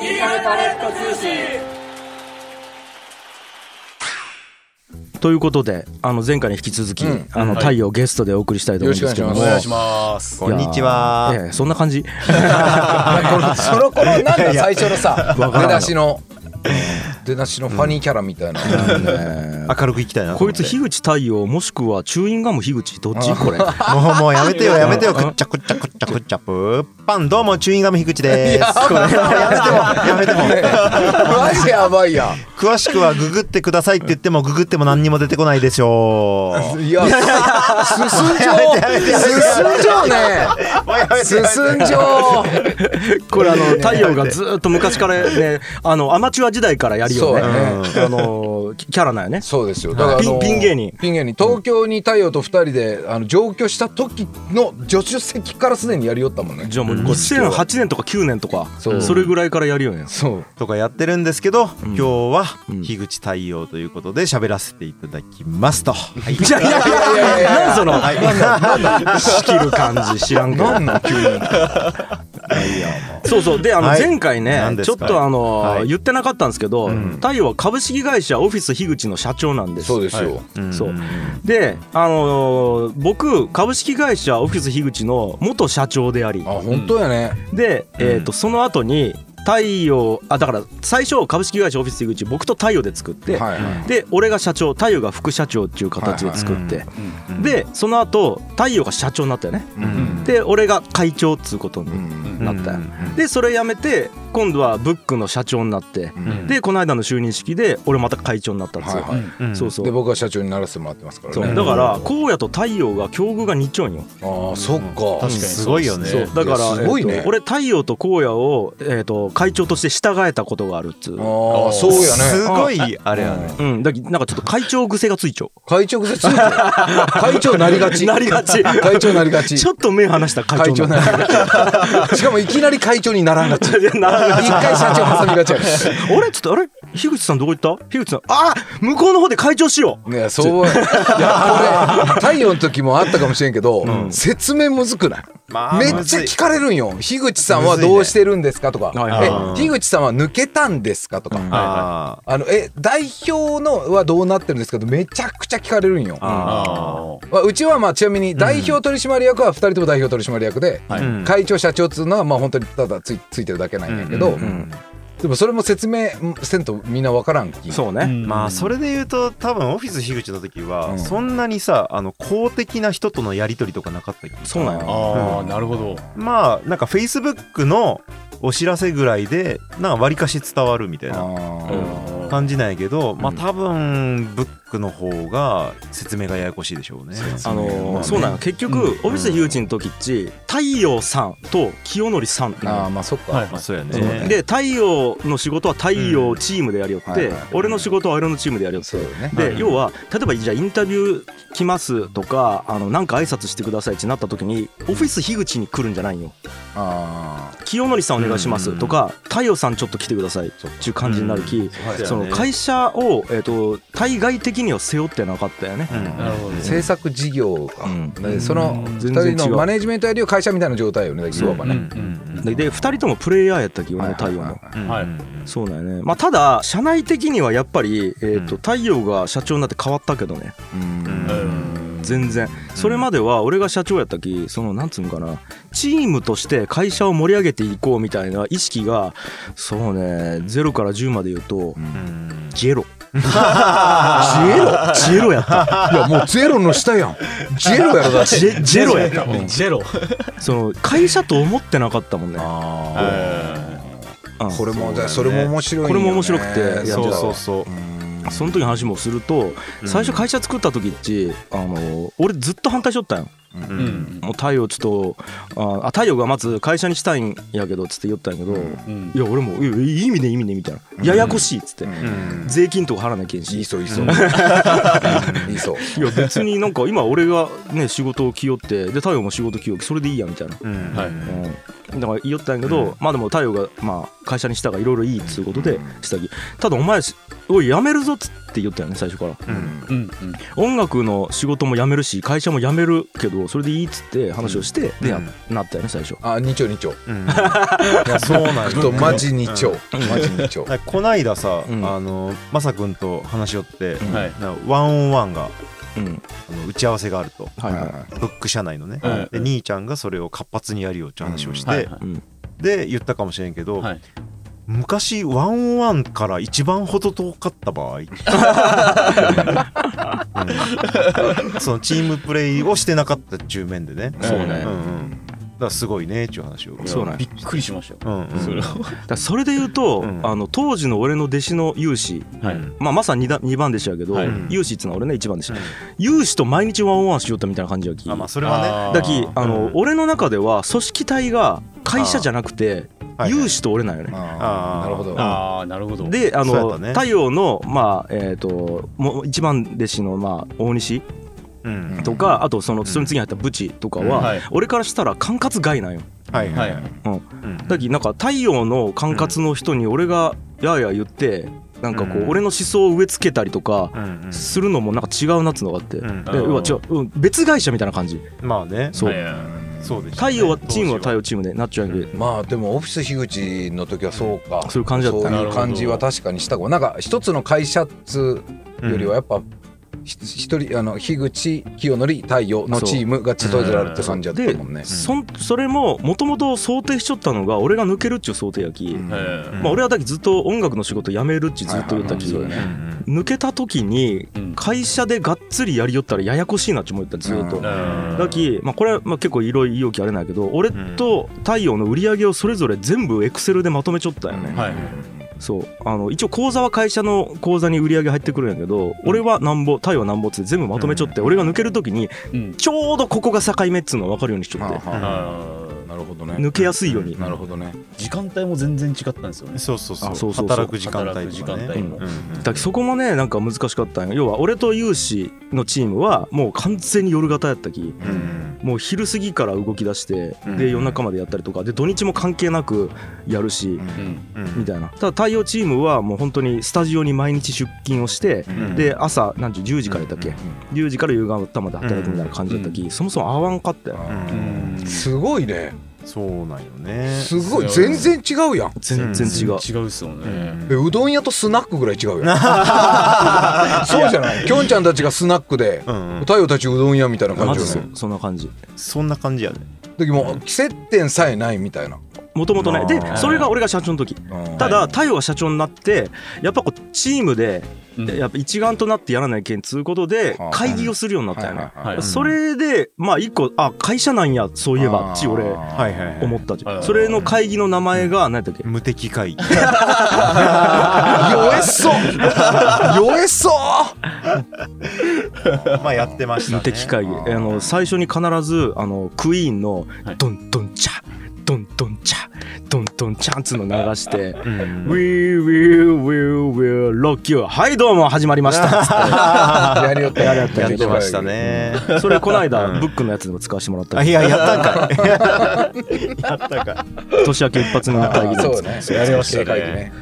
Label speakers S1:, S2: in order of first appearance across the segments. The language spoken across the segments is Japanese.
S1: リカルパレット通信
S2: ということであの前回に引き続き、
S3: うん
S2: あの太陽をゲストでお送りしたいと思うんですけども、
S3: よ
S4: お
S3: ろ
S4: 願い
S3: し
S4: します。
S2: い
S5: こ
S2: や
S5: ん
S2: ー
S5: にちは。
S2: ええそんな感じ
S3: その頃なんだ最初のさ
S2: からない
S3: 出だしの出だしのファニーキャラみたいな
S5: 明るく行きたいなと
S2: こ
S5: 思
S2: い
S5: って。
S2: つ樋口太陽もしくはチューインガム樋口どっちこれ
S5: もうもうやめてよやめてよ。
S2: うん
S5: くっちゃくっちゃくっちゃくっちゃぷっぱんどうもチューインガムひぐちです。これやめてもやめても。
S3: マジやばいやん
S5: 詳しくはググってくださいって言ってもググっても何にも出てこないでしょう。
S3: いやす進んじょう進んじょうね進んじょう
S2: これあの
S5: いいね
S2: 太陽がずーっと昔からねあのアマチュア時代からやるよね
S3: そう
S5: やね
S2: あのキキャラなんやね
S3: そうですよだからあ
S2: ピ
S3: の
S2: ンピン芸人
S3: ピン芸人東京に太陽と二人であの上京した時の助手席からすでにやりよったもんね
S2: じゃあもう2008年とか9年とか
S3: そう
S2: それぐらいからやるよね
S3: そう
S5: とかやってるんですけど、今日は
S2: うん
S5: 樋口太陽ということで喋らせていただきますと。はい
S2: いやいやい
S3: いや
S2: やい
S3: いや
S2: や
S3: いや
S2: なんその
S5: はい
S2: 仕切る感じ知らんけど
S3: なんなん急に
S2: そうそうであの
S5: はい
S2: 前回ね、
S5: 何で
S2: ちょ
S5: す
S2: っ
S5: か
S2: とあの、
S5: はい
S2: 言ってなかったんですけど、
S5: ん
S2: 太陽は株式会社オフィス樋口の社長なんです
S3: そうですよ
S5: ん
S2: そうであのー僕株式会社オフィス樋口の元社長であり
S3: あ本当やね
S2: で、えー、とその後に太陽あだから最初株式会社オフィス樋口僕と太陽で作って、
S3: はいはい
S2: で俺が社長太陽が副社長っていう形で作って、
S5: うん
S2: でその後太陽が社長になったよね、
S3: うん
S2: で俺が会長っつうことに
S3: うん
S2: なったよ、
S5: うん
S2: でそれ辞めて今度はブックの社長になって、
S3: ん
S2: でこの間の就任式で俺また会長になったんですよ、
S3: はいはい
S5: うん
S2: そうそう
S3: で僕は社長にならせてもらってますから
S2: そう
S3: ね
S2: だから荒野と太陽が境遇が似ちょんよ、
S3: ああそっか
S4: 確かに
S5: すごいよね。
S2: そうだか
S3: いや
S2: ら
S3: すごいね
S2: えっと俺太陽と荒野を、えっと会長として従えたことがあるっつう、
S3: ああそうや
S5: す
S3: ね
S5: ごいあれやね。
S2: うん、だけなんかちょっと会長癖がつい ちゃう
S3: 会長癖ついてる会長なりがち
S2: なりがち
S3: 会長なりがち
S2: ちょっと目離したら会
S3: 会
S2: 長
S3: 長
S2: にな
S3: なりがちしかもいきなり会長になら んがち一
S2: るならない
S3: 回社長挟みがちやか
S2: 俺ちょっと あれ樋口さんどこ行った樋口さんあー向こうの方で会長しよう
S3: らねそういやこれ太陽の時もあったかもしれんけど、説明むずくない
S5: まあ
S3: めっちゃ聞かれるんよ樋口さんはどうしてるんですかとか、
S2: むずいね
S3: え樋口さんは抜けたんですかとか、
S5: あ
S3: あのえ代表のはどうなってるんですかとめちゃくちゃ聞かれるんよ。
S4: あ
S3: まあうちはまあちなみに代表取締役は2人とも代表取締役で、
S4: はい
S5: うん
S3: 会長社長っつうのはまあ本当にただついついてるだけなんやけど、でもそれも説明せんとみんなわからんき
S2: そう
S4: あ。
S2: ね、
S5: まあそれで言うと多分オフィス樋口の時
S3: う
S5: は
S3: ん
S5: そんなにさあの公的な人とのやり取りとかなかったけど
S2: そうなんよ
S4: ああ、なるほど。
S5: まあなんかフェイスブックのお知らせぐらいでなんか割かし伝わるみたい
S3: あ
S5: な
S3: ー
S5: 感じなんやけどまあ多分ブックの方が説明がややこしいでしょうね。
S2: あのー
S3: まあね
S2: そうなんよ結局、オフィス樋口の時っち太陽さんと清則さんっていうの
S3: あーまあそっか、
S4: はい
S5: まあそうや
S3: そうね
S5: ね。
S2: で太陽の仕事は太陽チームでやりよって、
S3: うんはいはい
S2: 俺の仕事は俺のチームでやりよって
S3: そうよね
S2: で、
S5: うん
S2: 要は例えばじゃあインタビュー来ますとかあのなんか挨拶してくださいってなった時にオフィス樋口に来るんじゃないんよ
S3: あ
S2: 清則さんお願いしま
S5: う
S2: す
S5: ん
S2: とか太陽さんちょっと来てくださいっていう感じになるき、
S5: そうや
S2: その
S5: ね
S2: 会社を、えー、と対外的には背負ってなかったよね、
S5: うん
S4: なるほど
S3: ー。制作事業か、
S2: うん
S3: でその
S4: うん
S3: 2
S2: 全然
S3: 人
S2: 違う
S3: のマネジメントやりを会社みたいな状態よねだからいわば
S5: うんう
S3: ね、
S5: んうん
S2: でで2人ともプレイヤーやったき俺の太陽
S3: はい
S2: も
S3: はい
S5: うん
S4: はい
S2: そうだよねまあただ社内的にはやっぱり、えーと
S5: うん
S2: 太陽が社長になって変わったけどね
S3: うん
S4: うん
S2: 全然それまでは俺が社長やったきそのなんつうんかなチームとして会社を盛り上げていこうみたいな意識がそうね0から10まで言うと、
S5: うん
S2: ジェ ロジェロジェロやった
S3: いやもうゼロの下やんジェロやろだって
S2: ジェジェロやった
S4: ジェロ。
S2: その会社と思ってなかったもんね、うん
S3: これもじゃあそれも面白いんよね
S2: これも面白くていや
S5: そう
S2: じゃ
S5: そ
S2: あ
S5: うそう。
S2: その時の話もすると最初会社作った時っちあの俺ずっと反対しとったんよ
S5: う
S4: うんん。
S2: もう太陽ちょっとああ太陽がまず会社にしたいんやけどっつって言ったんやけど、
S4: うん
S2: いや俺もいやいい意味ねいい意味ねみたいな、ややこしいっつって、
S5: うん
S2: 税金とか払わなきゃいけん
S3: い
S2: し
S3: いそういいそういいそう
S2: いや別になんか今俺がね仕事を気負ってで太陽も仕事気負ってそれでいいやみたいな、
S5: うん
S4: はい
S2: うん、だから言いよったんやけど、まあでも太陽がまあ会社にしたがいろいろいいっつうことでしたきただお前おいやめるぞっつって言ったよね最初から
S5: うん
S4: うんうん
S2: 音楽の仕事も辞めるし会社も辞めるけどそれでいいっつって話をして、
S5: うん
S2: でや
S5: う
S2: なったよね最初
S3: あ二丁二丁
S5: うんいやそうなん
S3: ちょっとマジ二丁マジ二丁
S5: なんかこないださ、
S2: うん
S5: あのまさくんと話し合って、
S2: うん
S4: はい
S5: なんかワンオンワンが
S2: うん
S5: あの打ち合わせがあると
S2: はいはい
S3: は
S5: ブック社内のね、
S4: うん
S5: で兄ちゃんがそれを活発にやるよって話をして、
S4: はいは
S2: うん
S5: で言ったかもしれんけど、
S4: いはい
S5: 昔ワンオンワンから一番ほど遠かった場合、うんそのチームプレイをしてなかった中面でね
S4: そうね
S5: んうん、だからすごいねっていう話を
S2: そうなんや
S4: びっくりしましたよ
S5: うんうん
S4: それは
S2: だからそれで言うと、
S5: うん
S2: あの当時の俺の弟子の有志、
S4: は
S5: う
S4: い
S5: ん
S2: まあ、まさに 2, 番弟子やけど、
S4: はい
S2: 有志っつうのは俺ね一番弟子、有志と毎日ワンオンワンしよったみたいな感じやき、
S5: あまあそれはね
S2: だきあの、
S5: うん
S2: 俺の中では組織体が会社じゃなくて
S5: はい
S2: 有志と俺なんよね、
S3: いああなるほど
S4: ああなるほど
S2: であ
S5: そうや
S2: の、
S5: ったね
S2: 太陽のまあえっ、ともう一番弟子のまあ大西
S5: うん
S2: とか、あとそのその次に入ったブチとかは、
S5: うん
S4: はい
S2: 俺からしたら管轄外なんよ
S5: はいは
S4: はいい
S5: はいうん
S2: だきなんか太陽の管轄の人に俺がやや言ってなんかこう
S5: うん
S2: 俺の思想を植え付けたりとか
S5: うんうん
S2: するのもなんか違うなっつうのがあって、
S5: うん
S2: でうわ違う、うん、別会社みたいな感じ
S5: まあね
S2: そう、
S4: はいはいはい
S5: そうでした
S2: 太
S5: ね
S2: 陽はチームは太
S5: 当
S2: 陽チームでなっちゃうんで、
S3: まあでもオフィス樋口の時はそうか
S2: そういう感じだった
S3: そう
S2: ね
S3: いう感じは確かにしたかもなんか一つの会社っつ
S5: 時
S3: よりはやっぱひ一人あの樋口清則太陽のチームがそれぞれあるって感じだったもんね。
S2: そんそれももともと想定しちょったのが俺が抜けるっちゅう想定やき、
S5: うん
S4: ええ
S2: まあ、俺はだけずっと音楽の仕事辞めるっちずっと言ったき、
S3: はいはいはい
S5: うん
S2: 抜けた時に
S4: うん
S2: 会社でがっつりやりよったらややこしいなっち思ったずっと。
S3: うん
S4: うん
S2: だき、まあ、これはまあ結構いろいろ容器あれないけど俺と太陽の売り上げをそれぞれ全部エクセルでまとめちょったよね、
S4: はい
S2: そうあの一応口座は会社の口座に売り上げ入ってくるんやけど俺はなんぼ太陽はなんぼっつって全部まとめちょって、俺が抜ける時に
S4: うん
S2: ちょうどここが境目っつうの分かるようにしちょって、
S5: あ
S4: あー
S3: なるほど
S2: 抜けやすいように、
S5: うん
S3: なるほどね。
S4: 時間帯も全然違ったんですよ
S5: うん
S4: ね
S5: そうそうそ
S2: あ
S5: う
S2: そうそうそう
S5: 働く時間帯とかね
S4: 働く時間帯も
S5: うんうん
S2: だけどそこもねなんか難しかったんや要は俺と有志のチームはもう完全に夜型やったき
S5: うん
S2: もう昼過ぎから動き出して
S5: うん
S2: で夜中までやったりとかで土日も関係なくやるし
S5: ん
S4: うん
S5: うん
S2: みたいなただ太陽チームはもう本当にスタジオに毎日出勤をして
S5: うん
S2: で朝何時10時からやったっけ
S5: うん
S2: 10時から夕方まで働くみたいな感じだったきそもそも合わんかったよ
S5: う
S3: あ
S5: ん
S3: ーすごいね。
S5: そうなんよね
S3: すごい全然違うやん。
S2: 全然違う
S4: 違うっすよね
S3: えうどん屋とスナックぐら い違うやん。そうじゃない。きょんちゃんたちがスナックで。
S5: うんうん
S3: 太陽たちうどん屋みたいな感
S2: マ
S3: じ
S2: ジ
S3: よ
S2: そ
S3: ね。
S2: うそんな感じ
S5: そんな感じやね
S3: でもう接点さえないみたいな。
S2: もともとね
S5: あ
S2: で
S5: ー
S2: それが俺が社長の時
S3: うん
S2: ただ太陽が社長になってやっぱこうチームで
S4: うん
S2: やっぱ一丸となってやらないけんつうことで
S3: はあ
S2: 会議をするようになったよね
S3: はいはいはい
S5: うん
S2: それでまあ一個あ会社なんやそういえばっち俺
S5: はいはいはい
S2: 思ったじゃ
S4: うんん
S2: それの会議の名前が何だっけ
S5: 無敵会 議
S3: 弱えっそう弱えっそう
S5: まあやってましたね
S2: 無敵会議
S3: あ
S2: あ
S3: ー
S2: の最初に必ずあのクイーンの
S4: はい
S2: ドンドンチャドンドンチャドンドンチャンっつうの流して
S5: う
S2: 「
S5: ん
S2: We will will will rock you」はいどうも始まりましたっつっ
S3: やりよったやりよった
S5: やってましたね
S2: てそれこの間
S5: うん
S2: ブックのやつでも使わせてもらった
S5: あ
S2: け
S5: いやや ったんかいやったんか
S2: ど年明け一発目の会議なんです
S3: そうねやりましたね
S4: 会議
S3: ね
S4: ね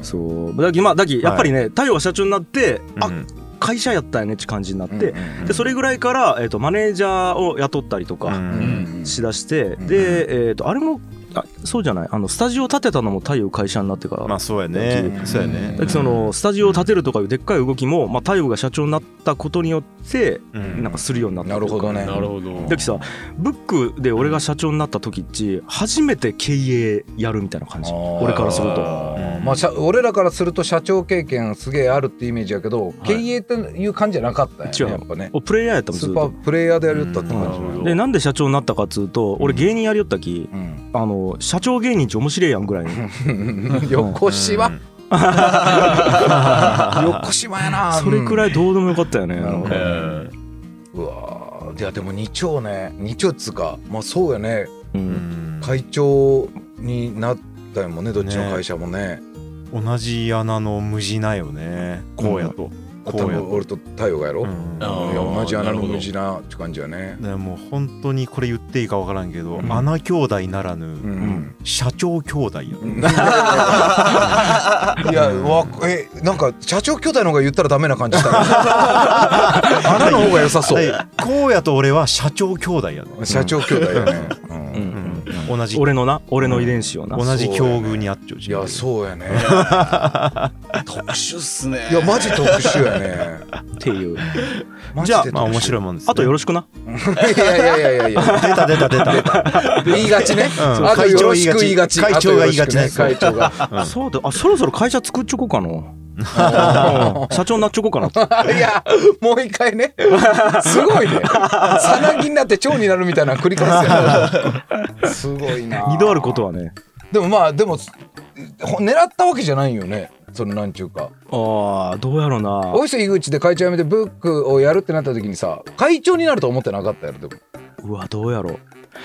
S2: そうだきまあだきやっぱりね太陽が社長になってあ
S5: うん
S2: 会社やったよねって感じになって
S3: うん
S2: でそれぐらいから、えー、とマネージャーを雇ったりと
S5: う
S2: か
S5: ん
S2: しだして、
S3: ん
S2: で、えー、とあれもあそうじゃないあのスタジオ建てたのも太陽会社になってから、
S5: まあそうやねそうやね
S2: だけどそのスタジオを建てるとかいうでっかい動きも、まあ、太陽が社長になったことによって
S5: うん
S2: なんかするようになった
S3: なるほどね
S4: なるほど
S2: だけどさブックで俺が社長になった時っち初めて経営やるみたいな感じ
S3: あー
S2: 俺からすると
S5: うん
S3: まあ、社俺らからすると社長経験すげえあるってイメージやけど、経営っていう感じじゃなかった
S2: 違う
S3: よねやっぱね
S2: おプレイヤーやったもん
S3: ス
S2: ずっ
S3: ーパ
S2: と
S3: ープレイヤーでやるったって感じ、
S4: うん
S2: でなんで社長になったかっつうと俺芸人やりよったき、
S3: うん
S2: あの社長芸人っち面白いやんぐらいの
S3: よこしは、よこしまやな
S2: それくら
S3: い、
S2: いどうでもよかったよね、
S3: なるほど
S4: ええ
S3: うんうわーいやでも二丁ね二丁っつうかまあそうやね
S2: うん
S5: 会
S3: 会長になったよもんねどっちの会社もね
S5: 同じ穴の無地なよねこうやとこうや
S3: 多分俺と太陽がやろ、
S5: う
S3: い
S5: ん
S4: あ
S3: や同じ穴
S4: なる
S3: の
S4: ほど
S3: 無地なって感じやね
S5: ねもう本当にこれ言っていいか分からんけど、
S2: うん
S5: 穴兄弟ならぬ、
S3: うん、
S5: 社長兄弟やろ、
S3: いやわえなんか社長兄弟の方が言ったらダメな感じしたな穴の方が良さそう、
S5: でこうやと俺は社長兄弟やろ、
S3: 社長兄弟やね、うん
S2: うん
S5: うん同じ
S2: 俺のな俺の遺伝子をな、
S5: 同じ境遇にあっちゃうし
S3: いやそう やね
S4: 特殊っすね。
S3: いやマジ特殊やね
S2: っていう
S3: マジで
S5: じゃあ
S3: 特殊
S5: まあ面白いもんです、ね、
S2: あとよろ
S5: し
S2: しくない
S3: やいやいやいやい や
S5: 出た出た出た
S3: 言いがちね、
S5: ん
S3: あとよろしく言いがち
S5: 会長が言いがち
S3: あとよろしくね会長が
S5: うん
S2: そうだあそろそろ会社作っちょこうかな社長になっちょこうかな
S3: いや、もう一回ね。すごいね。さなぎになって蝶になるみたいなの繰り返 すよね。すごいな。
S2: 二度あることはね
S3: でもまあ、でも、ほ狙ったわけじゃないよね。そのなんちゅうか。
S2: ああどうやろうな
S3: 大磯井口で会長辞めてブックをやるってなった時にさ、会長になると思ってなかったやろ、で
S2: う
S3: も。
S2: わどうやろう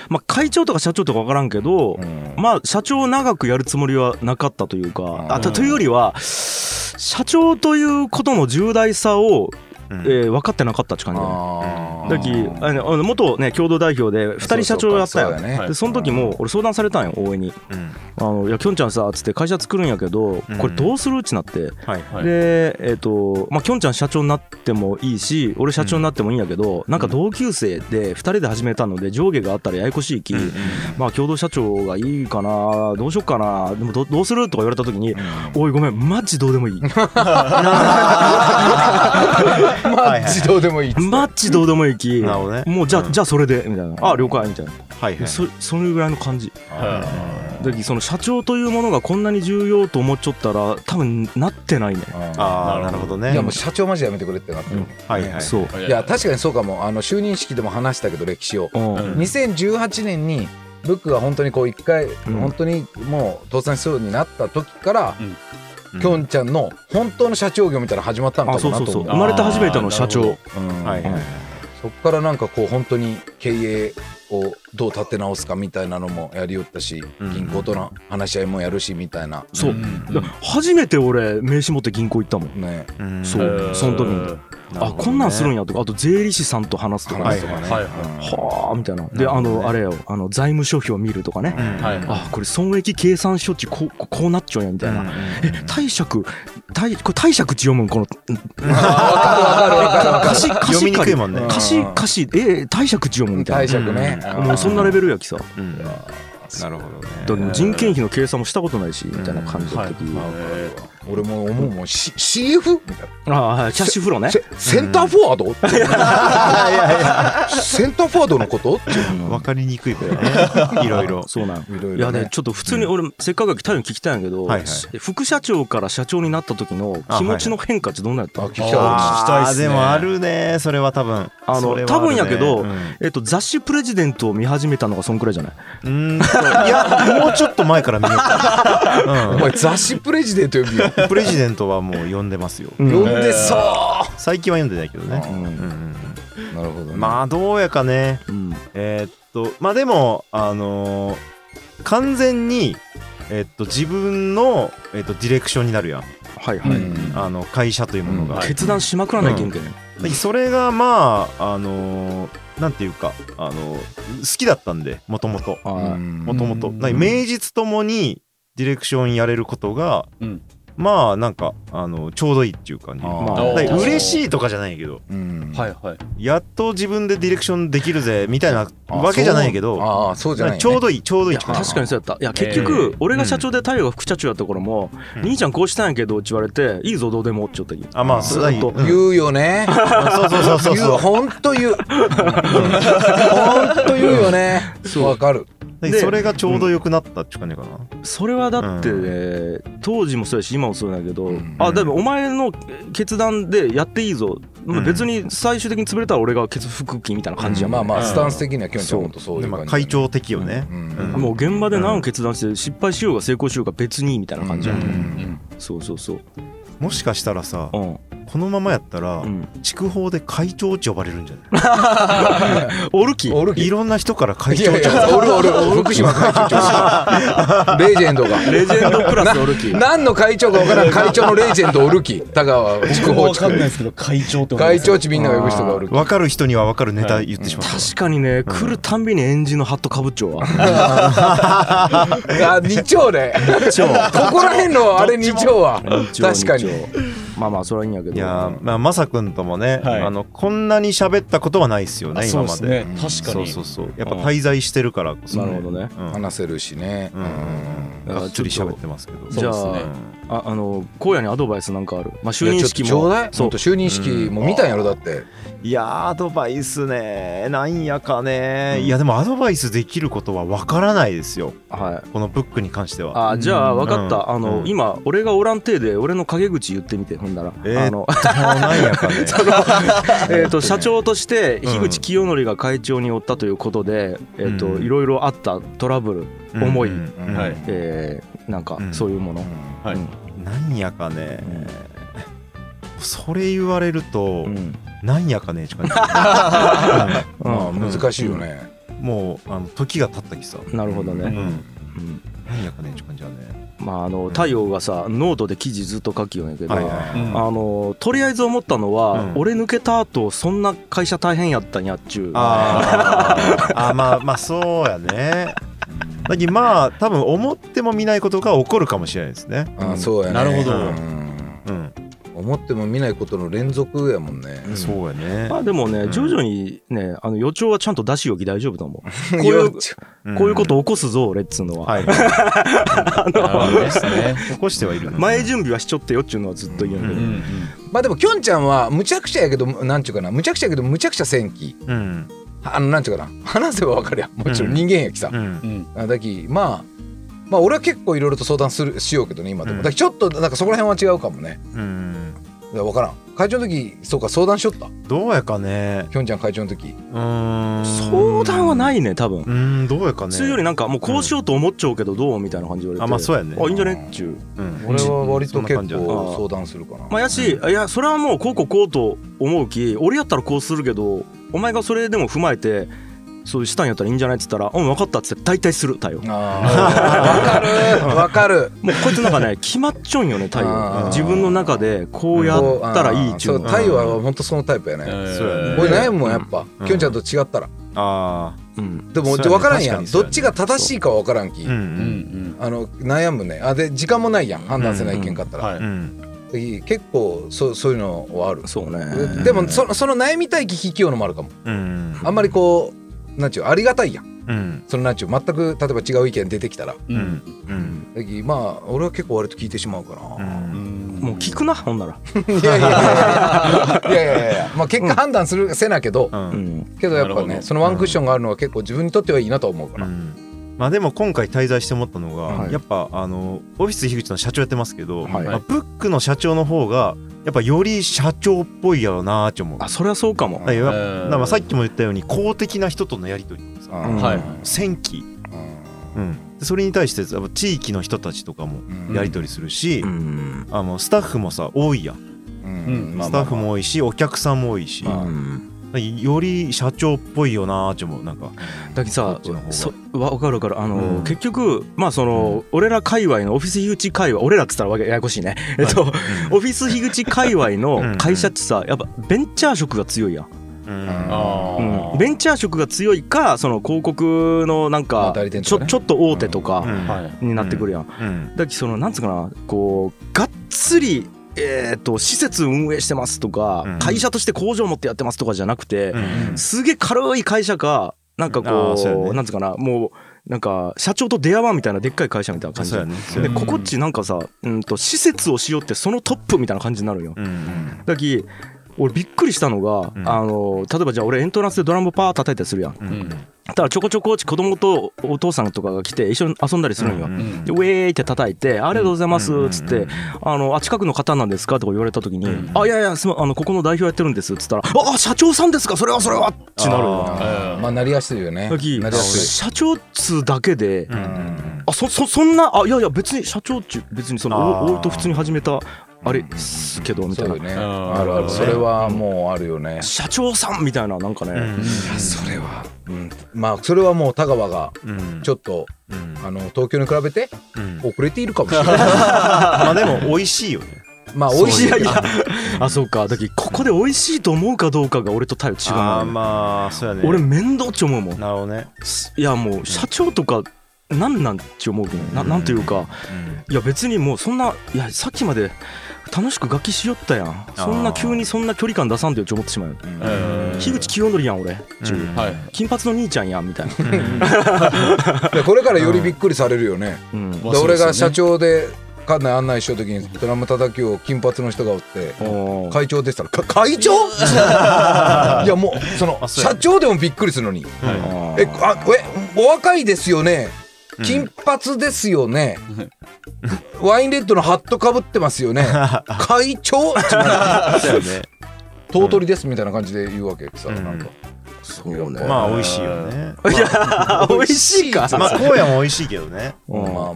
S2: まあ会長とか社長とか分からんけど、まあ社長を長くやるつもりはなかったというか、
S3: ん
S2: あとというよりは社長ということの重大さを、
S5: うん
S2: えー分かってなかったって感じだね
S3: あ
S2: だきあのあの元ね共同代表で2人社長やったよ
S3: そうそうそうだね
S2: でその時も俺相談されたんよ大江に
S5: うん
S2: 「あのいやきょんちゃんさ」っつって会社作るんやけど
S5: うん
S2: これどうするってなって
S5: はい
S4: はい
S2: でえっ、とまあきょんちゃん社長になってもいいし俺社長になってもいいんやけど、なんか同級生で2人で始めたので上下があったらややこしいき、まあ共同社長がいいかなどうしよっかなでもどどうするとか言われた時に「おいごめんマジどうでもいい
S3: あ。まあ、自動でもいいっつって。
S2: マジどうでもいいき
S5: なるほどね
S2: もうじゃあ、
S5: うん
S2: じゃあそれで」みたいな「あ了解」みたいな、
S5: はいはい
S2: そそれぐらいの感じ
S4: は
S2: だきその社長というものがこんなに重要と思っちゃったら多分なってないね、
S3: あ
S5: ああ
S4: な
S5: な
S4: る
S5: る
S4: ほ
S5: ほ
S4: ど
S5: ど
S3: ー
S5: ね
S3: いや、もう社長マジでやめてくれってなってる。
S5: はいはい
S2: そう、
S4: い
S3: いや、確かにそうかも。あの、就任式でも話したけど、歴史を。
S2: うん
S4: うん
S3: 2018年にブックが本当にこう一回、
S2: ん
S3: 本当にもう倒産しそうになった時から、
S5: うん
S3: きょんちゃんの本当の社長業みたいなの始まったの
S2: あ
S3: か
S2: そ
S3: も
S2: う
S3: な
S2: そう
S3: と
S2: そ
S3: 思
S2: う
S3: う
S2: 生まれて初めての社
S4: あーな
S2: 長
S4: る
S3: うん
S5: はいはいはい
S3: そっからなんかこう本当に経営をどう立て直すかみたいなのもやりよったし、
S5: うん
S3: 銀行との話し合いもやるしみたいな
S2: そう、
S4: うん
S2: だから初めて俺名刺持って銀行行ったもん
S3: ね
S5: うん
S2: そうその時に
S5: なるほどね
S2: あこんなんするんやとかあと税理士さんと話すとか、
S3: 話とかね、
S4: はいはい
S3: うん
S2: はあみたいなで
S5: なる
S2: あ
S5: ほどね
S2: のあれよあの財務諸表を見るとかね、
S5: うん
S4: はい
S5: うん
S2: あこれ損益計算書値こうこうこうなっちゃうんやみたいな、え貸借貸これ貸借って読むんこの
S3: あ
S2: 貸し貸
S5: 読み
S2: し
S5: にく
S2: 借
S5: い
S2: り
S5: もんね
S3: うん
S2: 貸し貸しえ貸借って読む
S3: 分
S2: み
S3: か
S2: た
S3: る分かる分かる貸
S2: いな、
S3: 借ね、
S5: うん
S2: もうそんなレベルやきさ
S5: うんなるほ
S2: だ
S5: ど
S2: け
S5: ね
S2: ど人件費の計算もしたことないしみたいな感じだった時、
S4: えー
S3: 俺も思うもん、C、CF? みたいな
S2: ああキャッシュフローね
S3: セセンターフォワード、センターフォワードのことっていう の
S5: わかりにくいこと ねいろいろ
S2: そうなん
S3: いろい
S2: いや
S3: ろね
S2: ねちょっと普通に俺せっかくやき太陽に聞きたいんやけど、
S5: はいはい
S2: 副社長から社長になった時の気持ちの変化ってどんなんやった
S3: あ聞きたい
S4: あー聞きたいっす
S5: で
S4: ね
S5: もあるねそれは多分
S2: あの
S5: それはるね
S2: 多分やけど
S5: うん
S2: えっと、雑誌「プレジデント」を見始めたのがそんくらいじゃない
S5: うんいやもうちょっと前から見よう
S3: お
S5: か
S3: 前雑誌プレジデント呼び よ
S5: うんプレジデントはもう読んでますよ
S3: 呼んでさ
S5: 最近は読んでないけどね
S3: うん
S5: うんうん
S3: なるほど
S5: うん
S3: ね
S5: まあどうやかね
S2: うん
S5: えーっとまあでもあのー完全にえっと自分のえっとディレクションになるやん
S2: はいは
S3: う
S2: い、
S3: ん
S5: あの会社というもの
S3: うん
S5: が
S4: はい
S2: 決断しまくらないといけんけどね、
S5: でそれがまああのーなんていうかあのー好きだったんでもともと
S2: あ
S3: う
S2: ー
S3: ん
S5: もともと
S4: うん
S5: 名実ともにディレクションやれることが、
S4: うん
S5: まあなんかあのちょうどいいっていう感じ、
S3: あ
S5: ま
S2: ー
S5: あ、だから
S4: おー
S5: 嬉しいとかじゃないけど
S3: うん
S4: はいはい。
S5: やっと自分でディレクションできるぜみたいなわけじゃないけ
S3: あ
S5: ど
S3: そうあーそうじゃないね
S5: ちょうどいいちょうどいいって
S2: いや
S5: 感じ
S2: 確かにそうやったいや
S4: ええ
S2: 結局俺が社長で太陽が副社長やった頃も「
S5: うん
S2: 兄ちゃんこうしたんやけど」って言われて「いいぞどうでも」って言った時
S5: あまあそうだいい
S2: ずっと
S5: うん
S3: 言うよね
S5: そうそうそうそう
S3: 言う
S5: そう
S3: ほんと言うほんと言うよねわかる
S5: で
S2: で
S5: それがちょうど良くなったっていう感じかな、
S2: それはだってね、当時もそうやし今もそうやけど、
S3: うん
S2: あでもお前の決断でやっていいぞ、まあ
S5: うん
S2: 別に最終的に潰れたら俺がケツ服金みたいな感じや
S3: ま
S2: もん、
S3: あまあ
S4: うん
S3: スタンス的にはきょんちゃんほんとそうい
S5: で
S3: う
S5: まあ
S3: 感じ
S5: 会長的よね、
S3: うん
S5: うん
S2: もう現場で何を決断して失敗しようが成功しようが別にみたいな感じやもん、
S3: うん
S4: うん
S2: そうそうそう
S5: もしかしたらさ
S2: うん
S5: このままやったら、
S2: うん、
S5: 筑豊で会長って呼ばれるんじゃない
S2: オルキ
S3: おるき
S5: いろんな人から会
S3: い
S5: 長
S3: や
S5: っ
S3: い
S5: て呼ばれ
S3: やお
S5: る
S3: るおる福島会長レジェンドが
S2: レジェンドクラスオル キ
S3: 何の会長かわからん会長のレジェンドおるき田川は筑
S4: 僕も
S3: 豊地
S4: わかんない
S3: 区
S4: ですけど、会長って思いま
S3: 会
S4: す
S3: 長地みんなが呼ぶ人がおるき
S5: 分かる人には分かるネタ言ってしまった、
S2: 確かにね、来るたんびにエンジンのハットかぶっちゃうわ
S3: あ二丁ね
S2: 丁
S3: ここら辺のあれ二丁は
S2: 一応
S3: 確かに
S2: 一応まあまあそれはいいんやけど
S5: いやーまあまさくんともね、
S4: はい
S5: あのこんなに喋ったことはないですよ
S4: あ
S5: ね
S4: そ
S5: 今
S4: う
S5: ま
S4: で
S5: すで
S4: ね。
S5: うん
S4: 確かに
S5: そうそうそうやっぱ滞在してるからこそ、
S2: なるほどね
S5: うん
S3: 話せるしね
S5: うんうんうんがっつり喋ってますけど
S2: じゃあ
S4: そうですね
S2: ああの荒野にアドバイスなんかある、まあ、
S3: い
S2: 就
S3: や
S2: 任
S3: ちょっと
S2: 式
S3: ちょう
S2: も
S3: だい
S2: そ
S3: そうう就任式も見たんやろだって
S5: いやーアドバイスねなんやかね、いやでもアドバイスできることはわからないですよ
S2: はい
S5: このブックに関しては
S2: あじゃあ分かった、
S5: うん
S2: あの、
S5: うん
S2: 今俺がおらんていで俺の陰口言ってみてほんなら、
S5: えー
S2: あの
S5: なんやかね
S2: えーと社長として
S5: うん
S2: 樋口清則が会長におったということで、えーと
S5: うん
S2: いろいろあったトラブル、思い
S5: うんうんうん
S4: はい
S2: えーなんか
S5: うん
S2: そういうもの、
S4: はい
S2: うん
S5: なんやかね、それ言われると、
S2: うん
S5: なんやかねって感じ、うん
S2: うん
S5: うん
S3: 難しいよね
S5: もうあの時が経ったきさ、
S2: なるほど
S5: う
S2: ね、
S5: ん、
S2: うん
S5: なんやかねって感じだね
S2: まああの太陽がさノートで記事ずっと書きよんやけど、
S5: はいはい
S4: うん
S2: あのとりあえず思ったのは、
S5: うん
S2: 俺抜けた後そんな会社大変やったんやっちゅう
S5: あ ーあまあまあそうやねだけどまあ多分思っても見ないことが起こるかもしれないですね
S3: あそうやね
S4: なるほ
S3: う
S4: ど
S3: ん
S5: うん、
S3: 思っても見ないことの連続やもんね
S5: そうや ね
S2: まあでも
S5: う
S2: ね
S5: ん
S2: 徐々にねあの予兆はちゃんと出し置き大丈夫と思う こう
S3: い
S2: い
S3: や
S2: うこういうこと起こすぞ俺っつうの
S5: を
S2: は
S5: はい起
S4: なるほどですね。
S5: こしてはいる
S2: 前準備はしちょってよっちゅうのはずっと言うんやけ
S4: う
S2: ど
S4: ん
S3: まあでもきょんちゃんはむちゃくちゃやけどなんちゅうかなむちゃくちゃやけどむちゃくちゃ戦機
S5: うん
S3: あのなんちゅうかな話せばわかるやんもちろん人間やきさ、
S5: うん
S4: うんうん
S3: あだきまあまあ俺は結構いろいろと相談するしようけどね今でも、
S5: うん
S3: だきちょっとなんかそこら辺は違うかもね
S5: うん
S3: 分からん会長の時そうか相談しよった
S5: どうやかね
S3: きょんちゃん会長の時
S5: うーん
S2: 相談はないいね多分
S5: うんどうやかね
S2: それよりなんかもうこうしようと思っちゃうけどどうみたいな感じ言われて
S5: あまあそうやね
S2: あいいんじゃねっちゅう
S5: うん
S3: 俺は割と結
S5: そんな感じや
S3: 構相談するかな、
S2: まあやしいやそれはもうこうこうこうと思うき俺やったらこうするけどお前がそれでも踏まえてそうしたんやったらいいんじゃないっつったら「うん分かった」っつって大体する太陽
S3: あーわかるわかる
S2: もうこいつなんかね 決まっちょんよね太
S3: あ
S2: 陽
S3: ー
S2: 自分の中でこうやったらいいっちゅう
S3: そ
S2: の
S3: 太陽は本当そのタイプやね、
S5: そうやね
S3: 俺
S5: ね
S3: 悩むもんやっぱ、
S5: うん
S3: きょんちゃんと違ったら
S5: あ
S2: うん
S3: でも
S5: そうやね
S3: 分からんや
S5: 確
S3: ん
S5: かにそう
S3: どっ
S5: やね
S3: ちが正しいかは分からんき、
S5: あうんう
S4: うんん
S3: あの悩むねあで時間もないやん判断せないけんかった
S4: うん。
S3: ら、
S4: は
S5: う
S4: い。
S5: ん
S3: 結構そうそういうのはある
S2: そう
S3: で
S2: ね
S3: でもそのその悩みたい気聞きようのもあるかも
S5: うん
S3: あんまりこうなんちゅうありがたいやん
S5: うん
S3: そのなんちゅう全く例えば違う意見出てきたら
S4: う
S5: うん
S4: ん
S5: うん
S3: だきまあ俺は結構割と聞いてしまうか
S5: う
S3: な、
S5: ん
S2: もう聞くなほんなら
S3: いやいやいやいやいやいやいやまあ結果判断する、せなけど
S5: う
S2: うんん
S3: けどやっ
S4: な
S3: ぱ
S4: るほ
S3: ね
S4: ど
S3: そのワンクッションがあるのは結構自分にとってはいいなとは思うか
S5: う
S3: ら、
S5: んまあでも今回滞在して思ったのが、
S2: はい
S5: やっぱあのオフィス樋口の社長やってますけど、
S2: はい
S5: まあ、ブックの社長の方がやっぱより社長っぽいやろなーって思う。
S2: あそりゃそうかも
S5: だから
S4: うん
S5: だからさっきも言ったように公的な人とのやり取りとかさ
S2: うん
S4: はい
S5: 選挙、
S3: う
S5: うん、でそれに対してやっぱ地域の人たちとかも
S3: ん
S5: やり取りするし、
S2: うん
S5: あのスタッフもさ多いやん、
S3: うん
S4: うん
S3: まあま
S5: スタ
S3: あ
S5: ッフも多いしお客さんも多いし、
S2: う
S5: だか
S2: ん
S5: らより社長っぽいよなーって思うなんか
S2: だけど
S5: こ
S2: さ
S5: っちの方が
S2: そわわかるわかるあの、
S5: うん
S2: 結局まあその、俺ら界隈のオフィス樋口界隈俺らっつったらわけややこしいね、えっとオフィス樋口界隈の会社ってさやっぱベンチャー色が強いやん、
S5: うん
S4: あ
S2: うん
S4: あ。
S2: ベンチャー色が強いかその広告のなん
S3: ま
S2: か
S3: あ代理店
S2: ちょ
S3: とかね
S2: ちょっと大手と
S5: う
S2: か
S5: ん
S4: はい。
S2: になってくるやん、
S5: うん
S2: だけどそのなんつうかなこうがっつりえー、と施設運営してますとか、
S5: うん
S2: 会社として工場持ってやってますとかじゃなくて
S5: う、ん
S2: すげえ軽い会社かなんか
S5: あ
S2: こ
S5: ーそう
S2: う
S5: やね
S2: なんつうかなもうなんか社長と出会わんみたいなでっかい会社みたいな感じ
S5: そうやねそう
S2: で
S5: やね
S2: ここっちなんかさ、うん、と施設をしようってそのトップみたいな感じになるんよ
S5: うんうん
S2: だき俺びっくりしたのが、
S5: うん
S2: あの例えばじゃあ俺エントランスでドラムパー叩いたりするやん
S5: うんうん
S2: だからちょこちょこ子供とお父さんとかが来て一緒に遊んだりするんよ、
S5: うん
S4: う
S5: うん
S4: ん
S2: でウェーイって叩いて「ありがとうございます」っつって、
S5: うんうんうん
S2: あのあ近くの方なんですか?」とか言われた時に「
S4: うん
S2: あいやいやすまあのここの代表やってるんです」っつったら「あ社長さんですかそれはそれは」ってなるよ
S3: あー
S4: うん
S3: まあなりやすいよね
S2: だき
S3: なりやすい
S2: 社長っつうだけで、
S5: うんうんうん
S2: あそそそんなあいやいや別に社長っちゅう別にその
S5: あー
S2: お俺と普通に始めたあれっすけどみ
S3: そ
S2: た
S3: う
S2: い
S3: よ
S2: な、
S3: ね
S4: うん
S3: あるあ
S4: う
S3: る
S4: ん
S3: それはもうあるよね、
S2: 社長さんみたいななんかね、
S3: それは、うん、まあそれはもう田川が
S5: うん
S3: ちょっと
S5: うん
S3: あの東京に比べて
S5: うん
S3: 遅れているかもしれない
S5: まあでも美味しいよね
S3: まあ美味しい
S2: い
S3: け
S2: やい
S3: ど
S2: やあそうかだけどここで美味しいと思うかどうかが俺とタイプ違う
S5: あ
S2: な
S5: ーまあそうやね
S2: 俺面倒っち思うもん
S5: なるほどね
S2: いやもう社長とかなんなんち思うけどななんていうかいや別にもうそんないやさっきまで楽しく楽器しよったやんそんな急にそんな距離感出さんでよって思ってしまうよ
S4: うん
S2: 樋口清則やん俺
S5: うん
S2: 中
S4: はい
S2: 金髪の兄ちゃんやんみたいな、
S3: でこれからよりびっくりされるよね、
S2: うん
S4: まあ
S3: で
S4: そうで
S3: 俺
S4: すよね
S3: が社長で館内案内した時にドラム叩きを金髪の人がおって
S2: おー
S3: 会長でしたらか会長いやもうその
S5: あそうや
S3: 社長でもびっくりするのに
S5: はい
S3: 「えあえお若いですよね
S5: うん
S3: 金髪ですよね、ワインレッドのハットかぶってます よね会長?」って言われて
S5: そうやね
S3: 「頭取です」みたいな感じで言うわけさ、
S5: うん
S3: なんか
S2: そうね
S5: まあ美味しいよね
S2: いや美味しいか
S5: まあ荒野も美味しいけどね
S2: うん
S3: まあまあ、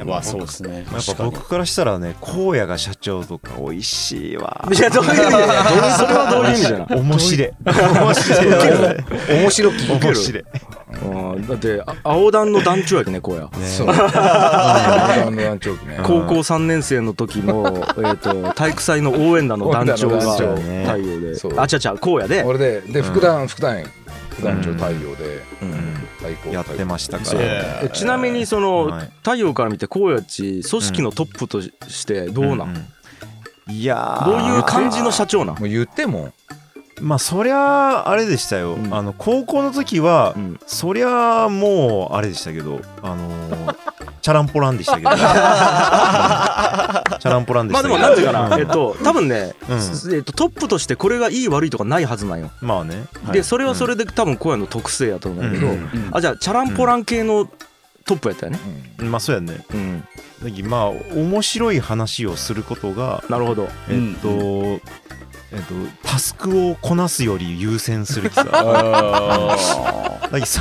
S3: うん
S4: まあそうですね
S5: やっぱ僕からしたらね荒野が社長とか美味しいわ
S2: いやどういう意味だよそれはどういう意味じゃない
S5: 面白い面白い
S3: 面白き
S5: 面白い
S2: うんだってあ青団の団長やけねこうや
S3: そう。ランドランチョークね。
S2: 高校3年生の時のえーと体育祭の応援団の団長が
S3: 応援団の団
S2: 太
S3: 長
S5: ね
S2: 陽で
S3: そう
S2: あちゃちゃこうやで
S3: 俺で、で、副団、副団員、副団長対応で、
S2: うん
S3: 対抗。
S5: やってましたか
S2: そう
S5: ら
S4: え
S2: えちなみにその
S5: はい
S2: 太陽から見てこうやち組織のトップとししてどうなん
S5: うんいやー
S2: どういう感じの社長なん
S3: もう言っても、
S5: まあそりゃあれでしたよ、
S2: うん
S5: あの高校の時は、
S2: うん
S5: そりゃもうあれでしたけどあの ーチャランポランでしたけど、うんチャランポランで
S2: ま
S5: し
S2: あでもなん
S5: たけど
S2: ていうかな
S5: ん
S2: えっと多分ね
S5: うん
S2: すえっとトップとしてこれがいい悪いとかないはずなんよ
S5: まあね
S4: はい
S2: でそれはそれで多分こうやの特性やと思うんだけ
S5: う
S2: ど
S5: ん
S2: あじゃあチャランポラン系のトップやったよね
S3: うん
S5: まあそうやね
S2: うん
S5: だけどまあ面白い話をすることが
S2: なるほど
S5: えっと、
S4: う
S5: えっと、タスクをこなすより優先する気さだ
S4: あ
S5: けどそ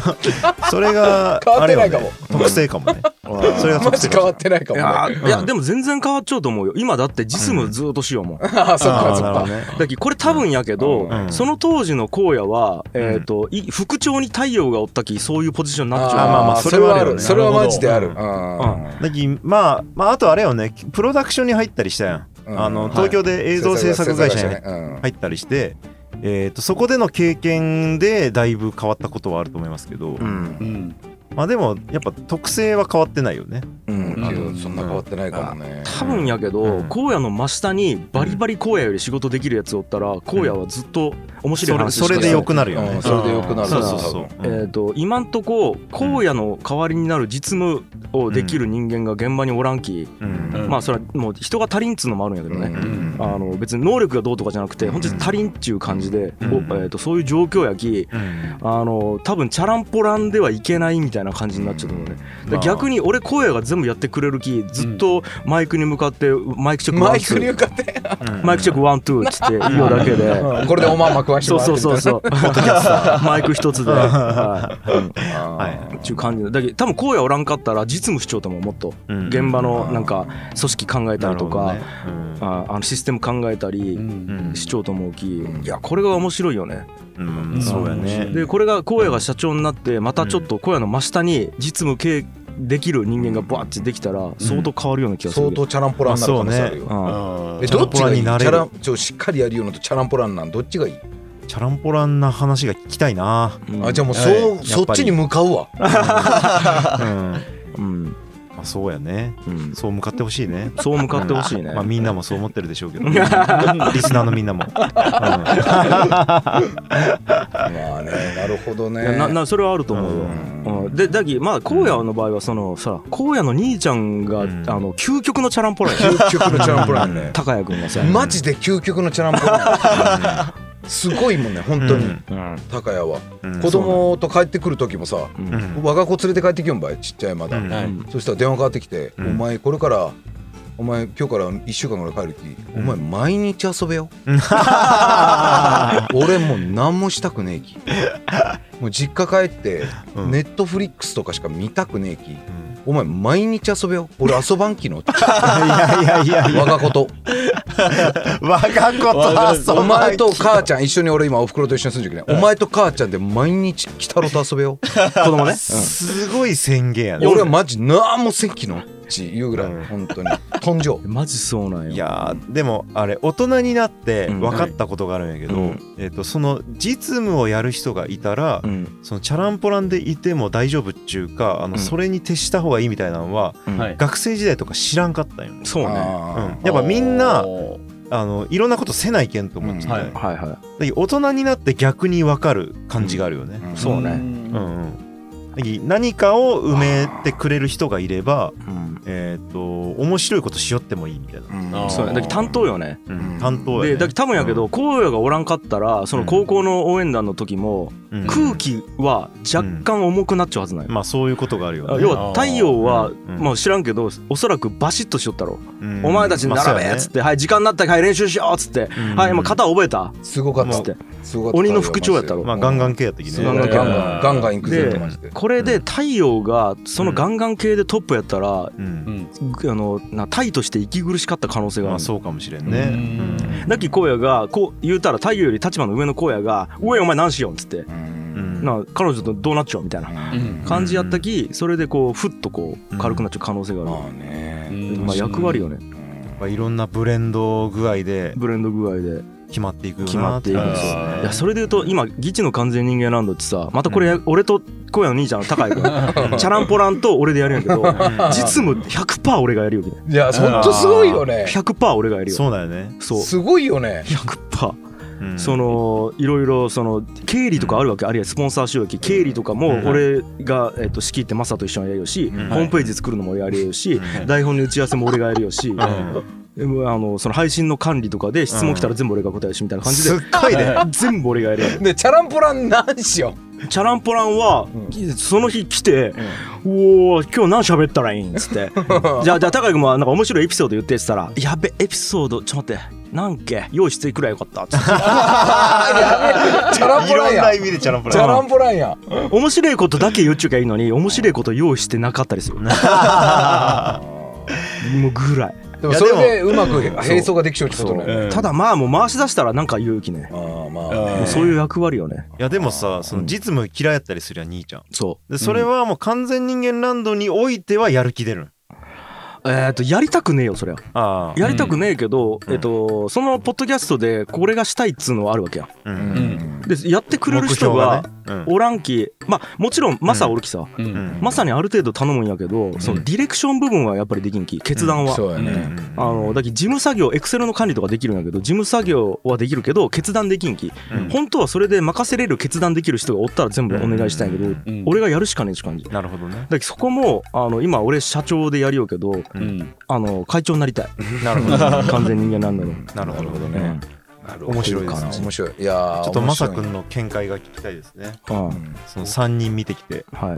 S5: それが
S3: 変わ
S5: あ
S3: って
S5: れ
S3: な
S5: よ
S3: いか
S5: ね
S3: も
S5: 特性かもね
S2: うん
S5: それが
S3: マ
S5: 特
S3: ジ
S5: 性
S3: 変わっ
S5: か
S3: てないか
S2: い
S3: も
S2: や
S3: ね。
S2: ーいやでも全然変わっちゃうと思うよ今だって実務ずーっとしようもんだ
S3: ああ、そっかそっ
S5: あーなるほ
S3: か
S5: ど。ね
S2: けどこれ多分やけど、
S5: うん
S2: その当時の荒野は、
S5: ん
S2: えー、とい副長に太陽がおったきそういうポジションになっち
S5: あ
S2: ゃ
S5: ー
S2: う
S5: まあまあそれはあるよね
S3: それはマジである。
S5: な
S3: うん
S5: だきまあ、まあ、あとあれよねプロダクションに入ったりしたやん、
S3: うん
S5: あの
S3: はい
S5: 東京で映像制作会社に
S3: 制作会社ねうん
S5: 入ったりして、えー、とそこでの経験でだいぶ変わったことはあると思いますけど、
S2: うん
S4: ーうん
S5: まあでもやっぱ特性は変わってないよね
S2: うん
S3: けどそんな変わってないかもね。
S2: 多分やけど、
S5: うん
S2: 荒野の真下にバリバリ荒野より仕事できるやつおったら、荒野はずっと面白
S5: そ
S2: い
S5: れ
S2: 話して
S5: そ
S2: た
S5: れでよくなるよね、
S3: うんそれで良くなる
S5: そうそうそう
S3: 多
S2: えー、と今んとこ荒野の代わりになる実務をできる人間が現場におらんき、
S5: うん
S4: うん
S2: まあそれはもう人が足りんっつうのもあるんやけどね、
S3: うん
S5: うん
S2: あの別に能力がどうとかじゃなくて本当に足りんっちゅう感じで、
S5: うん
S2: おえー、とそういう状況やき
S5: うん
S2: あの多分チャランポランではいけないみたいな感じになっちゃうと思うね、
S5: うん
S2: で
S5: まあ
S2: 逆に俺声が全部やってくれるきずっとマイクに向かってマイクチェックワ
S3: マ
S2: ン
S3: イ
S2: ツ
S3: クに
S2: ー
S3: 向かって。
S2: マイクチェックワンツーっつって言うだけ で。
S3: うんこれでおまんま食わして
S2: そ
S3: も
S2: う
S3: らって
S2: そう
S3: みた
S2: そそ
S3: いうな
S2: う、ポッドキャスタ ー、マイク一つで、はいうん
S3: あ
S5: はい
S3: ー
S2: ちゅう感じでだけど多分荒野おらんかったら実務主張とももっと
S5: うん
S2: 現場のなんか組織考えたりとか、
S5: なるほどね
S2: ああのシステム考えたり、
S4: うん
S5: うん
S2: 市長と思うき、いやこれが面白いよね、
S5: うんうんそうやね
S2: でこれが荒野が社長になってまたちょっと荒野の真下に実務経営できる人間がバーッてできたら相当変わるような気がする、
S3: 相当チャランポランになる可能性あるよ。
S2: うん
S4: あ
S3: え
S4: ー
S3: どっちがいい
S5: チャランポランに
S3: チ
S5: なれる
S3: ャランちょしっかりやるようなとチャランポランなんどっちがいい、
S5: チャランポランな話が聞きたいな、
S2: うん
S3: あじゃあもうそ,、
S4: はい
S5: ぱ
S3: う
S5: り
S3: そっちに向かうわ
S5: うん
S2: うん
S5: まあ、そうやね
S2: うん
S5: そう向かってほしいね
S2: そう向かってほしいね、
S5: まあみんなもそう思ってるでしょうけど リスナーのみんなも、うん
S3: まあねなるほど
S2: い
S3: ね
S2: やななそれはあると思うよ、うんでだきまあ荒野の場合はそのさ荒野の兄ちゃんが、
S5: うん
S2: あの究極のチャランポランや
S3: 究極のチャランポランね
S2: 高谷君がさ、
S3: マジで究極のチャランポラ ンすごいもんね本当に、
S5: うん
S2: うん
S3: 高谷は
S5: うん
S3: 子供と帰ってくる時もさ、
S2: うん
S5: うん
S3: 我が子連れて帰ってきよんばいちっちゃいまだ、
S5: うん
S4: はい
S3: そしたら電話かかってきて「
S5: うん
S3: お前これからお前今日から1週間ぐらい帰るき、
S5: うん
S3: お前毎日遊 べよ」俺もう何もしたくねえ きもう実家帰って
S5: うん
S3: ネットフリックスとかしか見たくねえき
S5: うん
S3: 「お前毎日遊べよ俺遊ばん きの」って
S5: いやいやいや
S3: 我がこと
S5: 我がこと遊ばんき
S3: お前と母ちゃん一緒に俺今おふくろと一緒に住んでるけどねお前と母ちゃんで毎日鬼太郎と遊べよ
S2: 子供ね
S5: すごい宣言やね
S3: 俺はマジなんもせんきのっていうぐら
S5: うん
S3: い本当に飛んじょう
S2: マジそうなんよ
S5: いやーでもあれ大人になって
S2: うん
S5: 分かったことがあるんやけど、
S2: うん
S5: えっとその実務をやる人がいたら、
S2: うん
S5: そのチャランポランでいても大丈夫っちゅうかあの
S2: うん
S5: それに徹した方がいいみたいなのは、
S2: うん
S4: はい
S5: 学生時代とか知らんかったんよ、
S2: そうね
S3: あ
S5: うんやっぱみんな
S4: お
S5: あのいろんなことせないけんと思ってた、
S4: うんはい
S2: はいは
S5: だけど大人になって逆に分かる感じがあるよね、
S3: ー
S2: んそうね
S5: うん
S4: ん
S5: うんだけど何かを埋めてくれる人がいれば、
S2: いうん
S5: えっと面白いことしよってもいいみたいな、
S3: うん
S4: あー
S2: そうねだけど担当よね
S5: うん担当や、
S2: で
S5: ね、
S2: だけど多分やけど荒野がおらんかったらその高校の応援団の時も
S5: うん
S2: 空気は若干重くなっちゃうはずなんよ
S5: まあそういうことがあるよ
S2: あ
S5: ね。
S2: 要は太陽は
S5: ん
S2: まあ知らんけどおそらくバシッとしとったろ
S5: うん
S2: お前たちに並べっつっ、てはい時間になったからはい練習しようっつって
S5: うん
S2: はい今肩覚えた
S3: すごかっ
S2: っつ
S3: た
S2: って
S3: すごかった
S2: 鬼の副長やったろ
S5: まあガンガン系やったき
S3: ガ
S5: ね
S3: ン。ガンガンガンガンガン行くぜ
S2: で
S3: ってマジで
S2: これで太陽がそのガンガン系でトップやったら、
S5: う。
S4: うんん
S2: あのなタイとして息苦しかった可能性があるん
S5: まあ
S2: ですよ
S5: そうかもしれん
S4: う
S5: ね。
S4: ん
S2: なき荒野がこう言うたら太陽より立場の上の荒野が「おいお前何しよう」っつって
S3: う
S5: うんん
S2: な彼女とどうなっちゃうみたいな
S3: うん
S2: 感じやったきそれでこうふっとこう軽くなっちゃう可能性が
S3: ま
S2: あ
S3: あね
S4: う
S2: る、
S4: ん
S2: まあ、役割よね
S5: まあいろんなブレンド具合で
S2: ブレンド具合で
S5: 決まっていくよな。
S2: 決まっていくんですよ
S5: あー
S2: いやそれで言うと今「ギチの完全人間ランド」ってさまたこれ、俺と荒野の兄ちゃんの高井君チャランポランと俺でやるんやけど
S5: うん
S2: 実務100%俺がやるよみたい
S3: いやほんとすごいよね
S2: な100%俺がやるよ
S5: そうだよね。
S2: そう
S3: すごいよね
S2: 100%
S5: うん
S2: そのいろいろその経理とかあるわけあるいはスポンサー収益経理とかも
S5: うん
S2: 俺がえっと仕切ってマサと一緒にやるよしホ
S5: うん
S2: ームページ作るのも俺がやるよし
S5: うん
S2: 台本の打ち合わせも俺がやるよし
S5: うん
S2: でもあのその配信の管理とかで質問来たら全部俺が答えるしみたいな感じ
S5: すっ
S2: で
S5: ごいね。
S4: は
S2: 全部俺がやるよ
S3: でチャランポランなんしよ
S2: チャランポランはその日来て「おお今日何喋ったらいいん?」っつって「じゃあじゃあ高井君もなんか面白いエピソード言って」っつったら「やべエピソードちょっと待って何け用意していくらよかった」っつって
S3: あやべえチャラン
S5: い
S3: ポラ
S5: ろ
S3: ン
S5: んな
S3: や
S5: 意味でチャランプ
S3: チャ
S5: ラ
S3: ラ
S5: ン。
S3: ンポランや
S2: 面白いことだけ言っちゅうきゃいいのに面白いこと用意してなかったりするもうぐらい
S3: でもそれでうまく並走ができちゃうってことね
S4: うん
S2: ただまあもう回し出したらなんか言うきね
S3: あーまあ
S4: あ
S2: も
S4: ー
S2: うそういう役割よね
S5: いやでもさ、その実務嫌いやったりするやん兄ちゃん。
S2: そ
S5: でそれはもう完全人間ランドにおいてはやる気出るん。
S2: うえっとやりたくねえよそりゃ
S5: ああ。
S2: やりたくねえけど
S5: うん
S2: えっとそのポッドキャストでこれがしたいっつうのはあるわけや
S5: う。
S3: うんん
S2: でやってくれる
S5: 目
S2: 人
S5: 標
S2: が
S5: がね。
S2: おらんきまあもちろんマサおるきさ
S4: うん
S5: うん
S2: マサにある程度頼むんやけどそうの
S4: ん
S2: ディレクション部分はやっぱりできんき決断は
S3: そうや
S5: うんう
S3: ね
S5: ん
S2: あのだけど事務作業エクセルの管理とかできるんやけど事務作業はできるけど決断できんき、
S5: うん
S2: 本当はそれで任せれる決断できる人がおったら全部お願いしたいんやけど、
S5: うん
S4: うん
S2: 俺がやるしかねえって感じだ
S5: なるほどね。
S2: けどそこもあの今俺社長でやりようけど
S4: うん
S2: あの会長になりたい
S5: なるほど。
S2: 完全人間なんだろう、
S5: なるほど
S2: う
S5: ね。
S2: ん
S5: 面白いですね
S3: 面白いいやー
S5: ちょっとまさ
S3: 面
S5: く
S3: 白い
S5: んの見解が聞きたいですね。
S2: うん
S5: その3人見てきて。
S2: はい、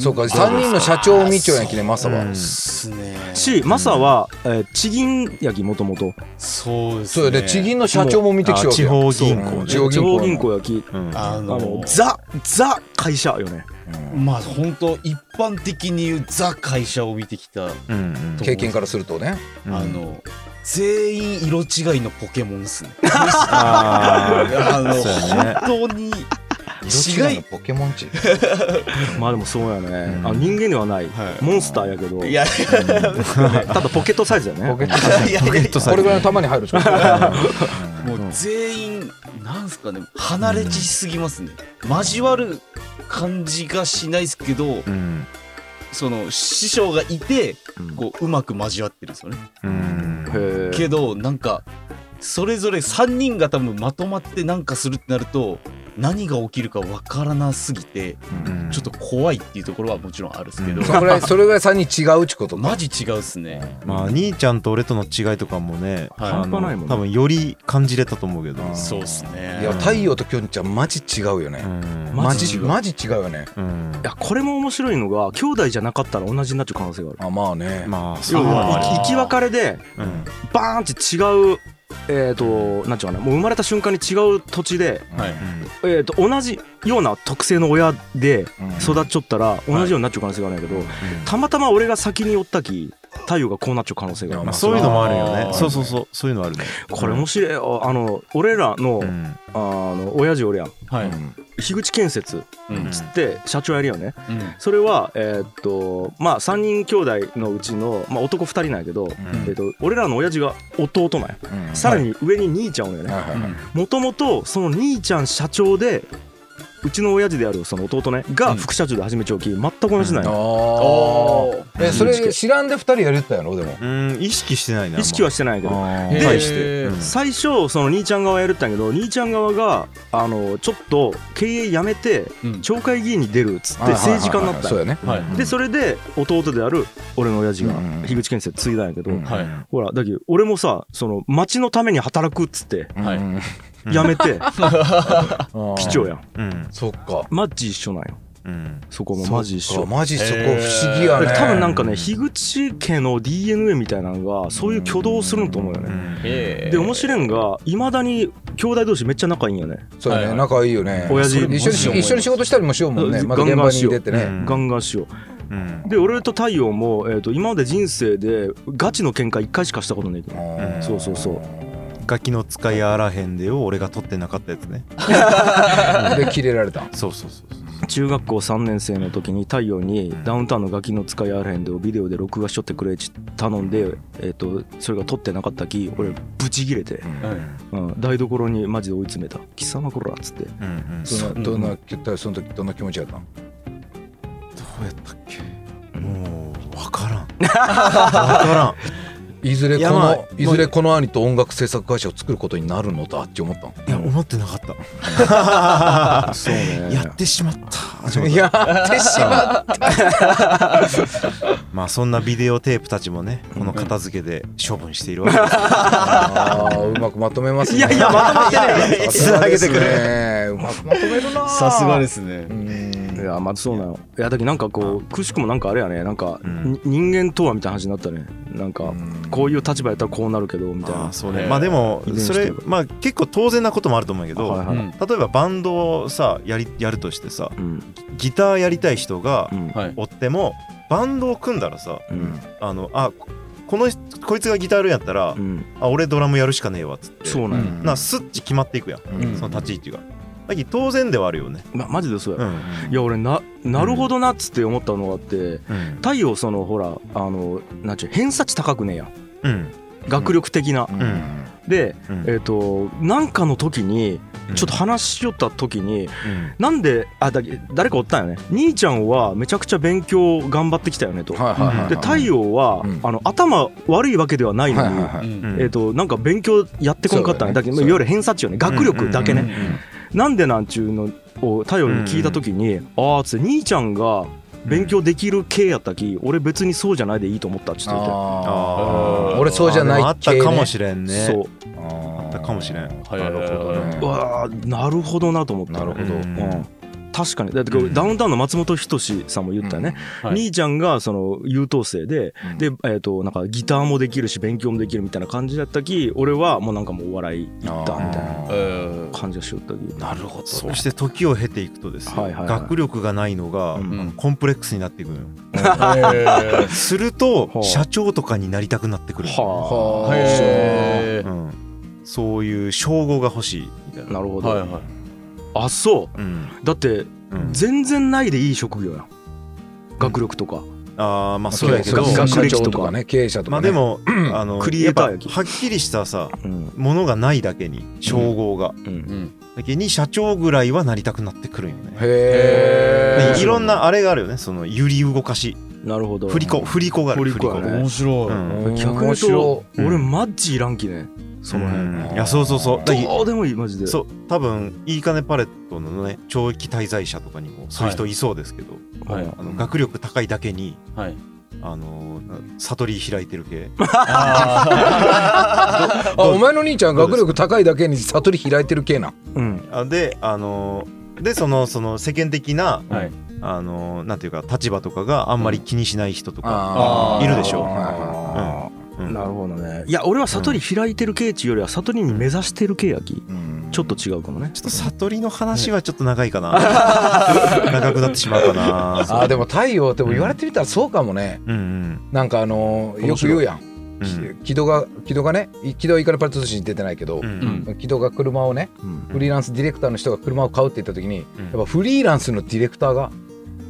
S3: そうか3人の社長を見ちゃうやんきねマサは
S5: うん
S4: すね
S2: しマサは、えー地銀やきもともと
S4: そうです
S3: そう
S4: ね
S3: やで地銀の社長も見てきちゃうわけや
S5: あ地方銀行ね
S3: そう地
S2: 地方
S3: 方銀行
S2: 銀行やき
S5: うん
S4: あ
S2: あの
S4: の
S2: ザザ会社よね
S4: まあ本当一般的に言うザ会社を見てきた
S5: うん
S4: と
S3: 経験からするとね
S5: うん
S4: あの全員色違いのポケモンですね。
S5: あ
S4: あの
S5: そうやね
S4: 本当に
S3: 色違
S4: 違
S3: い
S4: い
S3: のポケモンチ
S2: まあでもそうやね、
S5: うん
S2: あ人間ではない、
S4: はい
S2: モンスターやけど
S4: いやい
S2: ただポケットサイズだよね
S3: ポケット
S4: やいやいや
S5: ト
S3: これぐらいの玉に入るでしょ
S4: もう全員なんすかね離れちしすぎますね。交わる感じがしないですけど
S5: う、ん
S4: その師匠がいて
S2: うん
S4: こううまく交わってるんですよね。
S5: うん
S2: へ
S4: けどなんかそれぞれ3人が多分まとまってなんかするってなると何が起きるかわからなすぎて
S5: うん
S4: ちょっと怖いっていうところはもちろんあるですけど、
S5: うん
S3: それぐらいそれぐらい3人違うっちことか
S4: マジ違うっすね。
S5: まあ兄ちゃんと俺との違いとかもね
S4: は
S5: あ
S4: い
S5: の
S2: 半端ないもんね
S5: 多分より感じれたと思うけど
S3: うん
S4: そうっすね。
S3: いや太陽ときょんちゃんマジ違うよ
S5: う
S3: ね
S5: ん
S2: ま
S3: マ
S2: マ
S3: ジ
S2: ジ
S3: 違
S2: 違
S3: う
S2: う
S3: マジ違うよね
S5: うん
S2: いやこれも面白いのが兄弟じゃなかったら同じになっちゃう可能性がある
S3: あまあね
S5: まあそ
S2: 要
S5: う
S2: は
S5: だね
S2: 生き別れで
S5: うん
S2: バーンって違うえー、となんちゅうかなもう生まれた瞬間に違う土地で、
S4: はい
S5: うん
S2: えー、と同じような特性の親で
S3: うん
S2: 育っちょったら同じようになっちゃう可能性があるんやけど、たまたま俺が先におったき太陽がこうなっちゃう可能性がある
S3: いや
S5: ま
S3: ま
S5: あ、
S3: あ
S5: そういうのもあるよ
S3: あ
S5: ね
S3: ー
S5: そうそうそうそういうのあるね
S2: これ面白いよあの俺らの,、
S5: うん
S2: あの親父俺やん
S4: は
S3: う
S4: い。
S3: ん
S2: 樋口建設
S4: うん
S2: つって社長やるよね
S4: うん
S2: それはえーっとまあ3人兄弟のうちの、まあ、男2人なんやけど、えーっと俺らの親父が弟なんや
S3: うん
S2: さらに上に兄ちゃんおるよね、
S3: はいはいはい
S2: もともとその兄ちゃん社長でうちの親父であるその弟ねが副社長で始めちゃうき全く同じなん
S3: あ
S2: よ、
S3: ーえそれ知らんで二人やりよったやろでも
S5: うん意識してないな
S2: 意識はしてないけど
S5: あ
S3: へ
S5: ー
S3: ー
S2: 対
S4: して
S5: うん
S2: 最初その兄ちゃん側やるってんやけど兄ちゃん側があのちょっと経営やめて
S4: うん
S2: 町会議員に出るっつって政治家になったん
S3: そう
S2: よ
S3: やね
S4: はい
S2: でそれで弟である俺の親父が
S3: うんうん
S2: 樋口建設継いだんやけど、
S3: うん
S4: はい
S2: ほらだけど俺もさその町のために働くっつって
S4: はい
S3: うん
S2: やめ て
S3: 貴
S2: 市長やん
S5: うん
S3: そっか
S2: マジ一緒なんよ
S5: うん
S2: そこもマジ一
S3: そっ
S2: 緒
S3: かマジそこ不思議やね
S2: 多分なんかね樋口家の DNA みたいなのがそういう挙動をするんと思うよ
S5: う
S2: ね。
S5: ん
S4: で
S2: で面白いんがいまだに兄弟同士めっちゃ仲いいんよね。
S3: そうや
S4: は
S3: ね
S4: い
S3: 仲いいよね
S2: 親父
S3: それ一緒
S2: マ
S3: に
S2: ジで思います
S3: 一緒に仕事したりもしようもんねまだ
S2: ガン
S3: 現
S2: ガ
S3: 場
S2: ンし
S3: に
S2: よう
S3: 出てね
S2: ガンガンしよ
S5: うん
S2: う。で俺と太陽も、えー、と今まで人生でガチの喧嘩一回しかしたことないけど
S5: ん
S2: そうそうそう
S5: ガキの使いあらへんでを俺が取ってなかったやつね
S3: で切れられた
S5: そうそうそうそう
S2: 中学校3年生の時に太陽にダウンタウンのガキの使いあらへんでをビデオで録画しとってくれち頼んで、えー、とそれが撮ってなかったき俺ブチギレて、うん、台所にマジで追い詰めた「貴様こら」っつって
S5: うんうん
S3: そ
S4: うん
S3: のどんな言ったらその時どんな気持ちやったの
S5: どうやったっけもう分 からん分 か
S3: いずれ
S5: い
S3: こ
S5: やまあ
S3: のいずれこの兄と音楽制作会社を作ることになるのだって思ったの
S5: らんいや思ってなかった
S2: そうね
S5: やってしまった
S3: いやってしまっ
S5: まあそんなビデオテープたちもねこの片付けで処分しているわけ
S3: たあーうまくまとめますね
S2: いやいやまとまってない
S5: つなげてくれ
S3: れうまくまとめるな
S4: さすがですね
S3: う。ん
S2: いやまあそうなのいやだけどなんかこうくしくもなんかあれやねなんか、
S5: うん
S2: に人間とはみたいな話になったねなんか、こういう立場やったらこうなるけどみたい
S5: あ
S2: な
S5: ーそうねまあでも
S2: 遺伝
S5: そ
S2: 子とい
S5: れ
S2: うか
S5: まあ結構当然なこともあると思うんやけど、
S2: はいはい
S4: うん
S5: 例えばバンドをさやりやるとしてさ
S2: うん
S5: ギターやりたい人が
S2: うん
S4: はい。
S5: おってもバンドを組んだらさ
S2: うん
S5: あのあこの人こいつがギターやるんやったら、
S2: うん
S5: あ俺ドラムやるしかねえわっつって
S2: そうなんや、
S5: なスッチ決まっていくやん、
S3: うん
S5: その立ち位置がだけど当然ではあるよね、
S2: まマジでそうや、
S5: うん
S2: いや俺ななるほどなっつって思ったのがあって
S5: うん
S2: 太陽そのほらあのなんちゅう偏差値高くねえやん
S5: うん
S2: 学力的な、
S5: うん
S2: で
S5: うん
S2: えっ、となんかの時に
S5: うん
S2: ちょっと話しよった時に、
S5: うん
S2: なんであだ誰かおったんよね兄ちゃんはめちゃくちゃ勉強頑張ってきたよねと、
S3: はいはいはいはい
S2: で太陽は、
S3: うん
S2: あの頭悪いわけではないのに、
S3: はいはいは
S4: う
S3: い
S4: ん
S5: うん
S2: えー、となんか勉強やってこんかったんや
S3: そ
S2: だ
S3: うだ
S2: け
S3: よね
S2: ど、まあいわゆる偏差値よね学力だけね、
S4: うんうんうん
S2: なんでなんちゅうのを太陽に聞いた時に、ああつって兄ちゃんが勉強できる系やったき俺別にそうじゃないでいいと思ったっつって言って
S3: あ
S5: あ
S3: ー
S5: ー
S3: 俺そうじゃない
S5: あった
S3: 系ね
S5: かもしれんね
S2: そう
S3: あ
S5: あったかもしれん
S4: はいはいはい
S3: なる
S4: はい
S2: う
S3: ほどね
S2: わあなるほどなと思った
S3: なるほ
S5: ど
S2: うん
S5: うん
S2: 確かにだってこれ
S5: うん
S2: ダウンタウンの松本人志さんも言ったよね、
S4: うんはい
S2: 兄ちゃんがその優等生で、
S3: うん
S2: で、えー、となんかギターもできるし勉強もできるみたいな感じだったき俺はもうなんかもうお笑い行ったみたいな
S3: あ
S4: えー
S2: 感じがしよったき
S4: なるほど
S5: そ
S4: ね。
S5: して時を経ていくとですよ、
S2: はいはいはい
S5: 学力がないのが、
S2: うん
S4: うん
S5: コンプレックスになっていくのよ
S4: へ
S5: すると
S2: はあ
S5: 社長とかになりたくなってくるんだよね、
S2: は
S3: ー
S4: え。
S5: うん、そういう称号が欲しいみたい
S2: あ
S5: な、
S2: なるほど、
S4: はいはい。
S2: あそう
S5: うん
S2: だって
S5: うん、
S2: 全然ないでいい職業やん学力とか、
S5: あーまあ
S3: そ
S5: そう
S3: う
S5: や
S3: や
S5: け
S3: け
S5: ど
S3: ど
S2: 学
S3: 学
S2: 歴
S3: 歴
S2: と
S3: と
S2: か
S3: かね経営者と
S5: ま
S3: か
S5: あ
S3: ね
S5: で も、あの
S2: クリエイター
S5: や
S2: や
S5: っ
S2: き
S5: ぱはっきりしたさ
S2: うん
S5: ものがないだけに称号が、
S2: うん
S4: うん。
S5: だけに社長ぐらいはなりたくなってくるんよね
S3: へ
S5: で
S3: え
S5: いろんなあれがあるよねその揺り動かし
S2: なるほど
S5: 振り子振り子がある
S2: 振り子やね
S5: 振り
S4: 面白
S5: うん
S2: 逆に言
S3: 面
S2: うと
S3: 白
S5: い
S2: 俺
S5: うん
S2: マッチいらんきねその辺、
S5: うんいやそうそうそうだけ
S2: どうでもいいマジで
S5: そう多分いいかねパレットのね長期滞在者とかにもそういう人いそうですけど、
S4: い。はい。
S5: あの学力高いだけに
S4: はい。
S5: あの悟り開いて る系
S3: あお前の兄ちゃん学力高いだけに悟り開いてる系な
S2: うん
S5: あであのでそのその世間的な
S4: はい。
S5: あのなんていうか立場とかがあんまり気にしない人とか、
S4: あー
S5: いるでしょ
S2: あ
S3: あ
S5: うん
S2: ーなるほどねいや俺は悟り開いてる系っちゅうよりは悟りに目指してる系やき
S3: ーうん
S2: ちょっと違うかもね
S5: ちょっと悟りの話はちょっと長 いかな。長くなってしまうかな。
S3: あーでも太陽でも言われてみたらそうかもね
S5: うん
S3: なんかあのーよ
S2: 面
S3: く
S2: 白い
S3: 言うやん、
S5: うんうん。
S3: 木戸が木戸がね木戸はイカレパレ通信に出てないけど、
S5: うん
S4: ん
S3: 木戸が車をね
S2: うん
S3: フリーランスディレクターの人が車を買うって言った時に
S5: うん
S3: やっぱフリーランスのディレクターが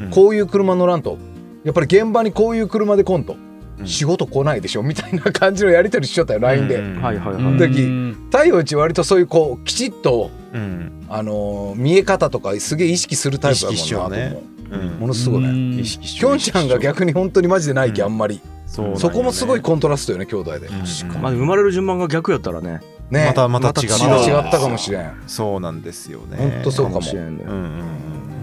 S5: うん
S3: こういう車乗らんとやっぱり現場にこういう車で来んと
S5: うん
S3: 仕事来ないでしょみたいな感じのやり取りしちゃったよ LINE で
S5: うん
S2: はいはいはい、
S3: ん時
S4: うん
S3: 太陽一割とそういうこうきちっと
S5: うん
S3: あのー見え方とかすげえ意識するタイプだもん
S5: 意識しよう
S3: な、
S5: ね
S3: 僕も
S5: うん
S3: ものすごいね
S4: うん
S5: 意識し
S3: きょんちゃんが逆に本当にマジでないき、
S5: うん
S3: あんまり
S5: そうなんよね
S3: そこもすごいコントラストよね兄弟で
S5: うんうん
S2: まあ、生まれる順番が逆やったらね
S3: ね
S5: またまた違う
S3: また違ったかもしれん
S5: そうなんですよね
S3: ほんとそうかも
S2: しれんね
S5: うんうん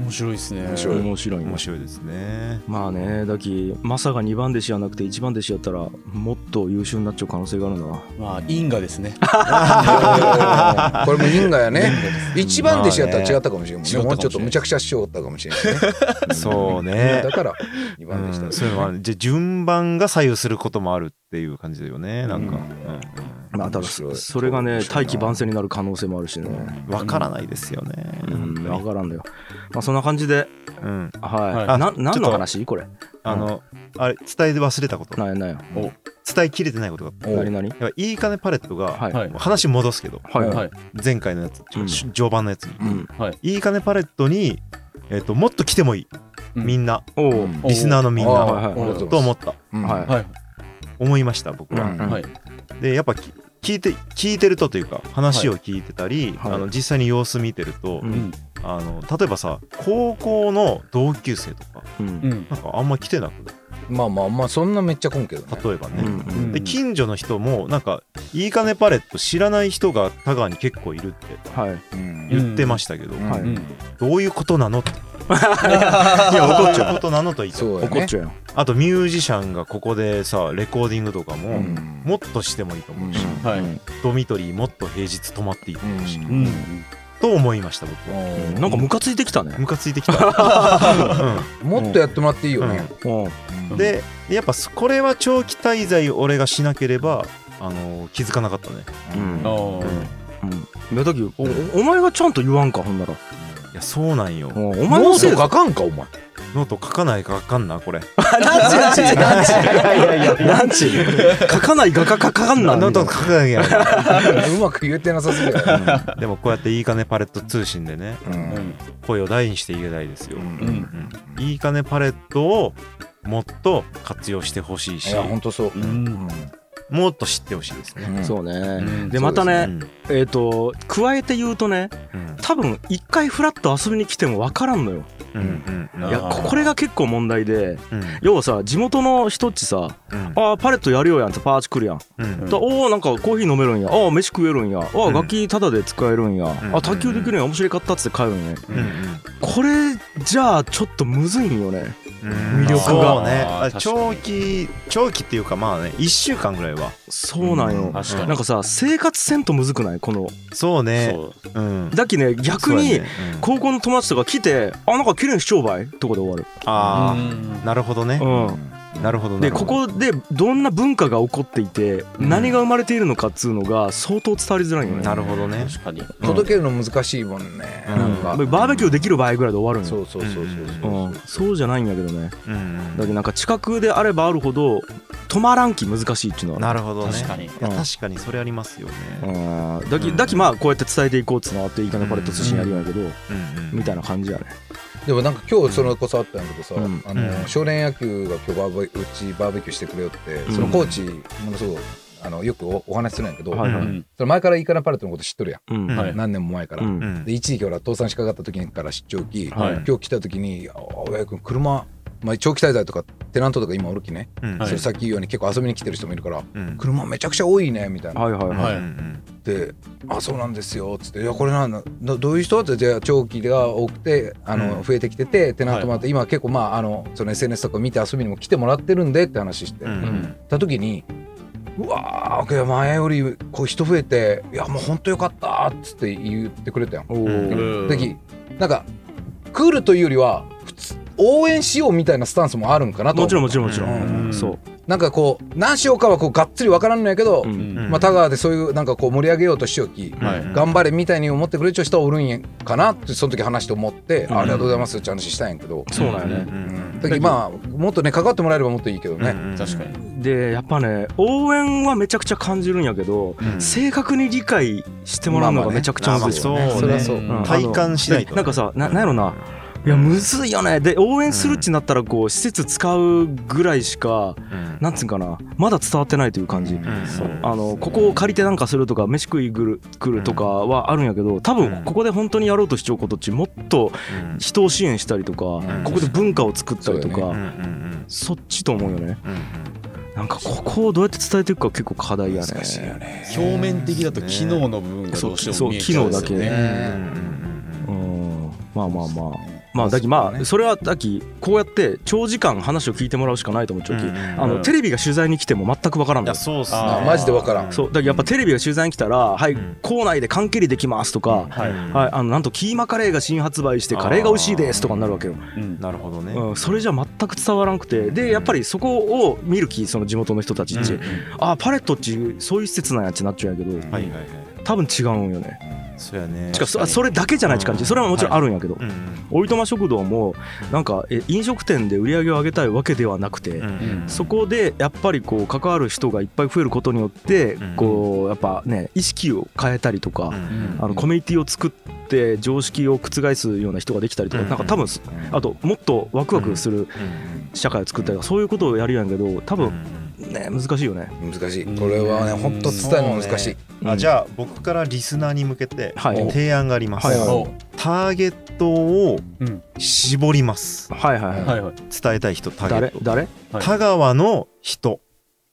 S4: 面白いですね
S3: 面
S5: 白い
S2: 面白
S5: う
S2: い
S5: ん
S2: ね
S5: 面白いですね
S2: まあねだきマサが2番弟子じゃなくて1番弟子やったらもっと優秀になっちゃう可能性があるんだな
S4: まあ因果ですね
S3: これも因果やね一番弟子やったら違ったかもしれんもんね
S4: まあね
S3: もうちょっとむちゃくちゃしようったかもしれんね
S5: そう
S3: ね
S5: ね
S3: だから二
S5: う
S3: 番弟子だ
S5: んそういうのはじゃあ順番が左右することもあるっていう感じだよねなんか
S3: うん
S5: うん
S2: まあ、ただ
S3: 面白い
S2: それがね
S5: 面白
S2: 大
S5: いな
S2: 器晩成になる可能性もあるしね
S5: わからないですよね
S2: うん
S5: 本
S2: 分からんだよまあそんな感じで
S5: 当にうん
S2: はい、
S5: はい
S2: な
S5: ちょ
S2: 何
S5: っと
S2: の話これ
S5: あのあれ伝え忘れたこと
S2: なんやなんや
S5: 伝えきれてないことが
S3: おう
S2: 何何
S5: やっぱいいかねパレットが
S2: はい
S4: は
S2: はいい、
S5: 話戻すけど
S2: はい
S4: はい
S5: 前回のやつ
S2: うん
S5: し序盤のやつに
S2: うん、
S5: いいかねパレットにえっともっと来てもいい
S4: うん
S5: みんな
S2: おう
S3: うん
S5: リスナーのみん
S3: あ
S5: な
S2: はい
S3: ありがとう
S5: と
S3: ござい
S5: 思
S3: ま
S5: った
S3: すうん
S2: はい
S4: はい
S5: 思いました僕
S3: う
S5: は。
S3: ん
S4: はい
S5: でやっぱき聞いて聞いてるとというか話を聞いてたり、
S2: はい
S5: あの実際に様子見てると、
S2: うん
S5: あの例えばさ高校の同級生とか
S2: うん
S4: うん
S5: なんかあんま来てなくない
S3: まあまあまあそんなめっちゃ来んけどね
S5: 例えば
S2: う
S5: ね。
S2: んうん
S5: で近所の人もなんか「いいかねパレット」知らない人が田川に結構いるって
S2: はい
S3: うん
S5: 言ってましたけど、
S3: うん
S2: はい
S4: うん
S5: どういうことな のって
S2: いや怒っち
S5: どうい
S2: ゃ
S5: う
S2: う
S5: ことなのと言って
S3: そうや
S2: 怒っ
S3: ね
S2: ちゃうよ
S5: あとミュージシャンがここでさレコーディングとかも、
S3: うん
S5: もっとしてもいいと思うし、
S4: はい
S2: うん
S5: ドミトリーもっと平日泊まっていいと思うし、
S3: うん
S4: うん
S5: と思いました僕は。
S3: うん
S2: なんかムカついてきたね
S5: ムカつい てきた、
S3: もっとやってもらっていいよね
S2: うん
S5: うん、でやっぱそこれは長期滞在俺がしなければ、あのー気づかなかったね
S2: うん
S4: あー
S2: うん、いやだけどおお前がちゃんと言わんかほんなら
S5: いやそうなんよ
S2: うんお
S3: お
S2: 前
S3: 前
S2: の
S3: も
S2: せい
S3: そう
S2: だ
S3: 書かんかお前
S5: ノート書かないか書かんなこれ
S2: なんち書かない画家書かんな
S5: ノート書かなきゃいけな
S3: うまく言えてなさすぎだよ
S5: いでもこうやっていいかねパレット通信でね
S3: う
S4: うんん
S5: 声を大にしていけたいですよ、
S4: う
S3: い
S4: ん
S5: うんいいかねパレットをもっと活用してほしいし
S3: や本当そう
S4: う
S3: うんん
S5: もっと知ってほしいですね、
S2: そうね、
S4: ん
S2: でまた
S5: う
S2: ね
S5: ん
S2: えっ、と加えて言うとね
S5: うん
S2: 多分一回フラッと遊びに来ても分からんのよ
S5: うんうん
S2: いや
S4: あー
S2: ここれが結構問題で
S5: うん
S2: 要はさ地元の人っちさ「
S5: うん
S2: ああパレットやるよやん」ってパーチ来るやん
S5: うん
S2: だおおんかコーヒー飲めるんやああ飯食えるんやあ
S5: う
S2: あ
S5: ん
S2: 楽器タダで使えるんや、
S5: ん
S2: あ卓球できるんや面白かったっつって帰るんや
S5: うんうん
S2: これじゃあちょっとむずいんよね
S5: 魅
S2: 力が
S5: そうね
S4: あー
S5: あ
S4: 確かに
S5: 長期長期っていうかまあね1週間ぐらいは
S2: そうなんよ、
S4: 確かに
S2: なんかさ生活せんとむずくないこの
S5: そうね
S4: そう
S5: うん
S2: だっきね逆に
S5: こ
S2: 高校の友達とか来て「あなんか綺麗にしちょうばい」とかで終わる、
S5: あ
S4: うん
S5: あなるほどね
S2: うん、
S5: なるほどな
S2: で
S5: るほ
S2: こ
S5: ど
S2: こでどんな文化が起こっていて、
S4: うん
S2: 何が生まれているのかっつうのが相当伝わりづらいよね、
S5: なるほどね
S4: 確かに
S3: 届けるの難しいもんね
S5: うん
S3: なんか
S2: バーベキューできる場合ぐらいで終わるんよ
S3: そうそうそうそう
S5: う
S2: うんそうじゃないんやけどね
S5: うんうん
S2: だけどなんか近くであればあるほど止まらんき難しいっていうのは
S5: なるほどね
S4: 確かに
S5: いや
S2: うん
S5: 確かにそれありますよね
S2: うんだきだきまあこうやって伝えていこうっつなっていいかなパレット通信やるんやけど、
S5: うんうん
S2: みたいな感じやね
S3: でもなんか今日そのこそあったんだけどさ、
S2: うん
S3: あ
S5: うん
S3: の少年野球が今日バーベうちバーベキューしてくれよって、そのコーチものすごくあのよくおお話しするんやけど、
S2: はいはい
S4: うん
S3: その前からイカナパレットのこと知っとるやん、
S2: うん
S5: はい
S3: 何年も前から。
S2: うん
S5: うん
S3: で一時期ほら倒産しかかった時から出張き、
S4: はい
S3: 今日来た時に「親父君車、まあ、長期滞在とかテナントとか今おるきね、
S5: うん
S4: はい
S3: それさっき言うように結構遊びに来てる人もいるから
S5: うん
S3: 車めちゃくちゃ多いねみたいな
S2: はいはいはい、
S4: はい
S5: うん
S3: で「あそうなんですよ」っつって「いやこれなんだどどういう人?」ってじゃあ長期が多くてあの、
S5: うん
S3: 増えてきててテナントもあって、今結構まああのその SNS とか見て遊びにも来てもらってるんでって話して、
S5: うんう
S4: うんん
S3: た時に「うわーいや前よりこう人増えていやもうほんとよかった」っつって言ってくれたよ。
S2: おお、
S4: うん
S3: だきなんかクールというよりは普通応援しようみたいなスタンスもあるんかなと
S2: もちろん
S3: ん
S2: もちろんもちろん、
S5: うん
S2: そう
S3: なんかこう何しようかはこうがっつり分からんのやけど、
S2: うん
S4: うん
S5: うん
S3: まあ、田川でそういうなんかこう盛り上げようとしよき、
S5: はい
S3: 頑張れみたいに思ってくれちゃう人はおるんやかなってその時話して思って、
S2: ん
S3: ありがとうございますって話したんやけど、
S2: そうなんよね、
S3: うんだけどまあもっとね関わってもらえればもっといいけどね、
S4: 確かに
S2: でやっぱね応援はめちゃくちゃ感じるんやけど、
S5: うん
S2: 正確に理解してもらうのがめちゃくちゃむずいよ
S5: まあまあそうね
S3: それはそう、
S2: うん
S5: 体感しないと
S2: なんかさななんやろな、いやむずいよねで応援するっちなったらこう施設使うぐらいしか
S5: うん
S2: なんつうんかなまだ伝わってないという感じ、
S5: うんそう
S2: あのここを借りてなんかするとか飯食いぐる来るとかはあるんやけど多
S5: う
S2: 分
S5: ん
S2: ここで本当にやろうとしちゃうことっちもっと
S5: うん
S2: 人を支援したりとか、
S3: ん
S2: ここで文化を作ったりと
S3: そうだ
S2: か、
S5: うんうんうん
S2: そっちと思うよね
S5: うんうん
S2: なんかここをどうやって伝えていくか結構課題やね
S3: 難しいよね
S4: 表面的だと機能の部分がどうしても見えちゃうんですよ
S2: そうそう機能だけ
S4: ね。
S5: うんうんうん
S2: うんまあまあまあまあ
S3: まあ
S2: だきま
S3: そう
S2: あ
S3: ね
S2: それはだきこうやって長時間話を聞いてもらうしかないと思うちょき、
S5: うんうんうん
S2: あのテレビが取材に来ても全くわからん
S5: い
S2: の
S5: や
S2: よ
S5: そうっすね
S4: あ
S3: マジでわからん
S2: そうだけやっぱテレビが取材に来たら「はい
S5: うん
S2: 校内で缶蹴りできます」とか
S5: はい
S2: 「はいあのなんとキーマカレーが新発売してカレーが美味しいです」とかになるわけよ、
S4: うん
S5: なるほどね
S2: うん、それじゃ全く伝わらんくてでやっぱりそこを見る気その地元の人たちっち、
S5: うん
S2: ああパレットっちそういう施設なんやってなっちゃうんやけど、
S5: はいはいはい
S2: 多分違うんよね
S5: そうやね
S2: しかもそそれだけじゃないって感
S5: う
S2: じ
S5: ん
S2: それはもちろんあるんやけど、
S5: うん
S2: おいとま食堂もなんかえ飲食店で売り上げを上げたいわけではなくて、
S5: うんうん
S4: うん
S2: そこでやっぱりこう関わる人がいっぱい増えることによって
S5: うん
S2: こうやっぱね意識を変えたりとか、
S5: うん
S2: あのコミュニティを作って常識を覆すような人ができたりとか、
S5: うん
S2: なんか多分すあともっとワクワクする
S5: うん
S2: 社会を作ったりとかそういうことをやるやんけど多
S5: う
S2: 分
S5: ん
S2: ね難しいよね。
S3: 難しいこれはね
S4: うん
S3: 本当伝えるの難しい、
S5: あじゃあ僕からリスナーに向けて
S2: はい
S5: 提案があります、
S2: はい
S4: お
S5: ターゲットを
S4: うん
S5: 絞ります
S2: はいはいはい。
S4: はいはい
S5: 伝えたい人ターゲッ
S2: 誰
S5: ト
S2: 誰
S4: はい
S5: 田川の人、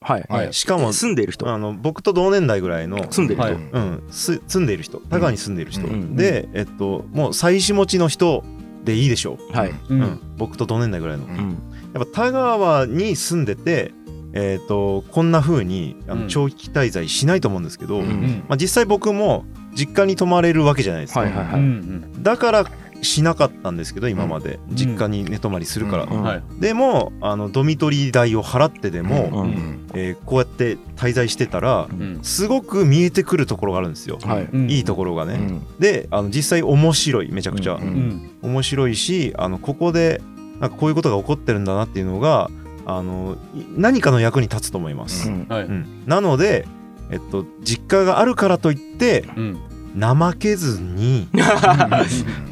S2: はい。
S3: はい
S5: しかも
S2: 住んでいる人
S5: あの僕と同年代ぐらいの、
S2: 住んでいる
S4: はい
S2: 人。
S5: うん、す住んでいる人田川に住んでいる人、
S2: うん
S5: で、えっと、もう妻子持ちの人でいいでしょ
S2: はい。
S4: う
S5: う、
S4: ん
S5: うん、僕と同年代ぐらいの、
S3: う
S5: や
S3: ん
S2: うん
S5: っぱ田川に住んでて、えっとこんな風にあ
S4: う
S5: の
S4: ん
S5: 長期滞在しないと思うんですけど、
S2: う
S4: うんん
S5: まあ、実際僕も実家に泊まれるわけじゃないですか、
S2: はいはいは
S4: う
S2: い。
S4: ん
S5: だからしなかったんですけど今まで、
S4: ん
S5: 実家に寝泊まりするから、
S2: う
S4: うんんはい
S5: でもあのドミトリー代を払ってでも、
S2: うん
S4: うん
S5: えーこうやって滞在してたら
S4: うん
S5: すごく見えてくるところがあるんですよ、
S2: はい。
S4: うん
S5: いいところがね、
S2: うん
S5: であの実際面白いめちゃくちゃ、
S2: うん
S4: う
S2: うん
S5: 面白いしあのここでなんかこういうことが起こってるんだなっていうのがあのい何かの役に立つと思います、
S2: うん
S4: はい
S5: うんなので、えっと、実家があるからといって
S4: うん
S5: 怠けずに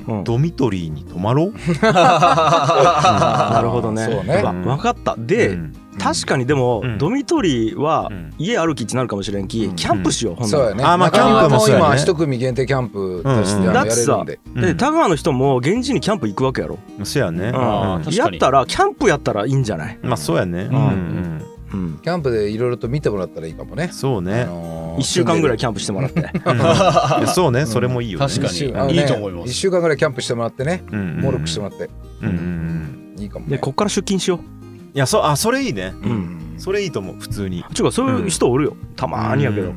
S2: うん
S5: ドミトリーに泊まろう
S2: なるほどね。
S3: そうね
S2: わわかった。で、
S5: うん
S2: 確かにでも、
S5: うん
S2: ドミトリーは
S5: うん
S2: 家歩きってなるかもしれんき、
S5: うん
S2: キャンプしよう、ほんな
S3: そう
S2: ら
S3: やね
S5: あーまあ
S3: 中
S5: キャン
S3: 庭
S5: プも
S3: も
S5: そうやね
S3: 今一組限定キャンプとして
S5: うん
S3: あ
S2: だっ
S3: の
S2: て
S3: やれる
S2: さ
S3: んで、
S2: で田川の人も現地にキャンプ行くわけやろ、
S5: うんそうやね、うん
S2: あ
S4: ー確
S2: や
S4: か
S2: っ
S4: に
S2: たらキャンプやったらいいんじゃない、
S5: まあそうやね、
S2: うん
S5: うん
S2: うん、
S3: キャンプでいろいろと見てもらったらいいかもね。
S5: そうね、
S2: 1週間ぐらいキ
S3: ャン
S2: ャンプしてもらって
S5: うんいやそうね、それもいいよね
S4: 確かに
S3: あの
S4: いいと思います
S3: 一週間ぐらいキャンプしてもらってね、
S5: うん
S3: モルックしてもらって
S5: うんうんうん
S3: いいかもね。
S2: でこっから出勤しよ
S5: いやそうあそれいいね
S2: う、うん、
S5: それいいと思う普通に、
S2: ちゅうかそういう人おるよたまーにやけど、
S5: うん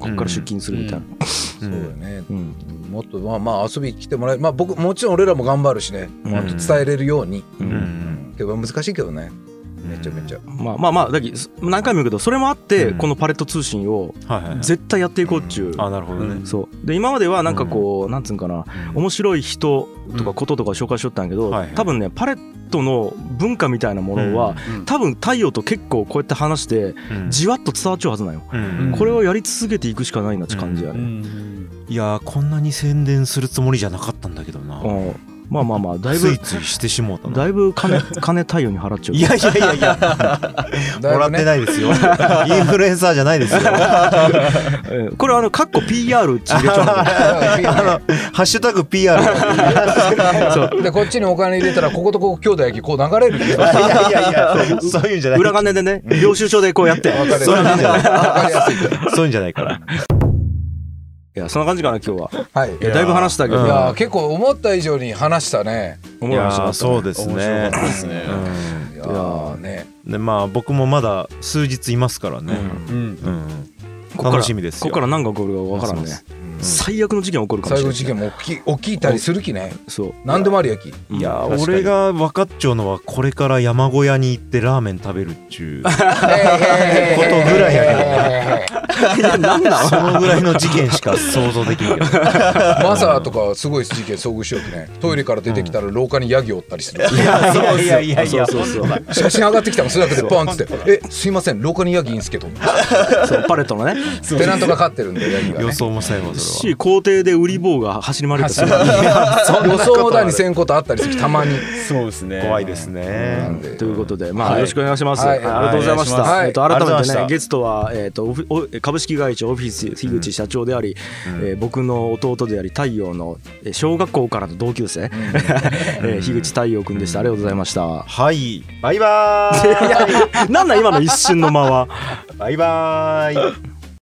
S2: こっから出勤するみたいな、
S5: うん
S3: そうだね。
S2: うん
S3: もっとまあまあ遊びに来てもらえ、まあ僕もちろん俺らも頑張るしね、
S2: うん
S3: もっと伝えれるように。
S2: う
S5: うんん
S3: けど難しいけどね、めちゃめちゃ。
S2: まあまあまあだけど何回も言うけどそれもあって、
S5: うん
S2: このパレット通信を
S5: はいはいはい
S2: 絶対やっていこうっちゅう、
S5: あなるほどね、
S4: うん
S2: そうで今まではなんかこう、なんつうんかな面白い人とかこととかを紹介しとったんやけど、
S5: うんはいはい
S2: 多分ねパレットの文化みたいなものは、多分太陽と結構こうやって話して
S5: うん
S2: じわっと伝わっちゃうはずなんよ、
S5: うん
S2: これをやり続けていくしかないなって感じや
S4: う
S2: ね、
S4: ん
S5: いやーこんなに宣伝するつもりじゃなかったんだけどな、
S2: うんまあまあまあだい
S5: つい
S2: ぶ
S5: ついしてしもうたな
S2: だいぶ 金金太陽に払っちゃう
S5: いやいやいやいや
S3: だい
S5: もら
S3: ぶね
S5: ってないですよインフルエンサーじゃないですよ
S2: ええこれあのカッコ PR っち入れち ゃ
S5: あのハッシュタグ PR い
S3: でこっちにお金入れたらこことここ兄弟駅こう流れる よ。
S5: やいやいやそういうんじゃ
S2: うの
S5: ない
S2: 裏金でね領収書でこうやって
S3: 分かれる。
S5: そうなんだよ
S3: 分かりやすいから。
S5: そういうんじゃないから
S2: いやそんな感じかな今日は
S3: はい。
S2: いやだいぶ話したけど、
S5: うん
S3: いやー結構思った以上に話したね。
S2: 思いました
S5: ーそうです
S4: 面
S5: ね
S4: 白かったですね
S5: う
S3: いやーね。
S5: んでまあ僕もまだ数日いますからね
S2: うん
S4: うん
S5: うん
S2: こっから
S5: 楽しみですよ
S2: ここから何が起こるか分からんね
S5: そうそう
S3: うん
S2: 最悪の事件起こるかも
S3: 最
S2: しれ
S3: 後
S2: ない
S3: 事件も起き起きたりするきね
S2: そう
S3: 何でもあるやき
S2: うん
S5: いや
S3: 確かに
S5: 俺が分かっちゃうのはこれから山小屋に行ってラーメン食べるっちゅう
S3: こと
S5: ぐらいやけど
S3: け
S2: いや なんなん
S5: そのぐらいの事件しか想像できんけど
S3: マサーとかすごい事件遭遇しようきねトイレから出てきたら廊下にヤギおったりする
S5: いやいやいやいや
S2: そうそうそう
S3: 写真上がってきたのそれだけでパンっつって「えすいません廊下にヤギいいんすけど」
S2: そうパレットのね
S3: テナントが飼ってるんでヤギが、ね、
S5: 予
S3: 予想
S5: 想もしたいわそれ
S2: し校庭で売り棒が走り回るか
S3: もだにせんことあったりするたまに
S4: そうですね
S5: は怖いですね
S3: なんで
S2: ということで、ま
S3: は
S2: あ、
S3: い
S2: よろしくお願いします。
S3: はい
S2: ありがとうございまし
S4: お願
S3: いします
S2: た。えっと、
S5: はいありがとうご
S2: 改めて
S5: ざいま
S2: ね
S5: し、た
S2: ゲストは、えっと、オフィお株式会社オフィス樋口社長であり。えー僕の弟であり、太陽の、えー小学校からの同級 生。えー樋口太陽君でした。ありがとう ございました。
S5: はいバイバーイ
S2: なんだ、今の一瞬の間は。
S5: バイバーイ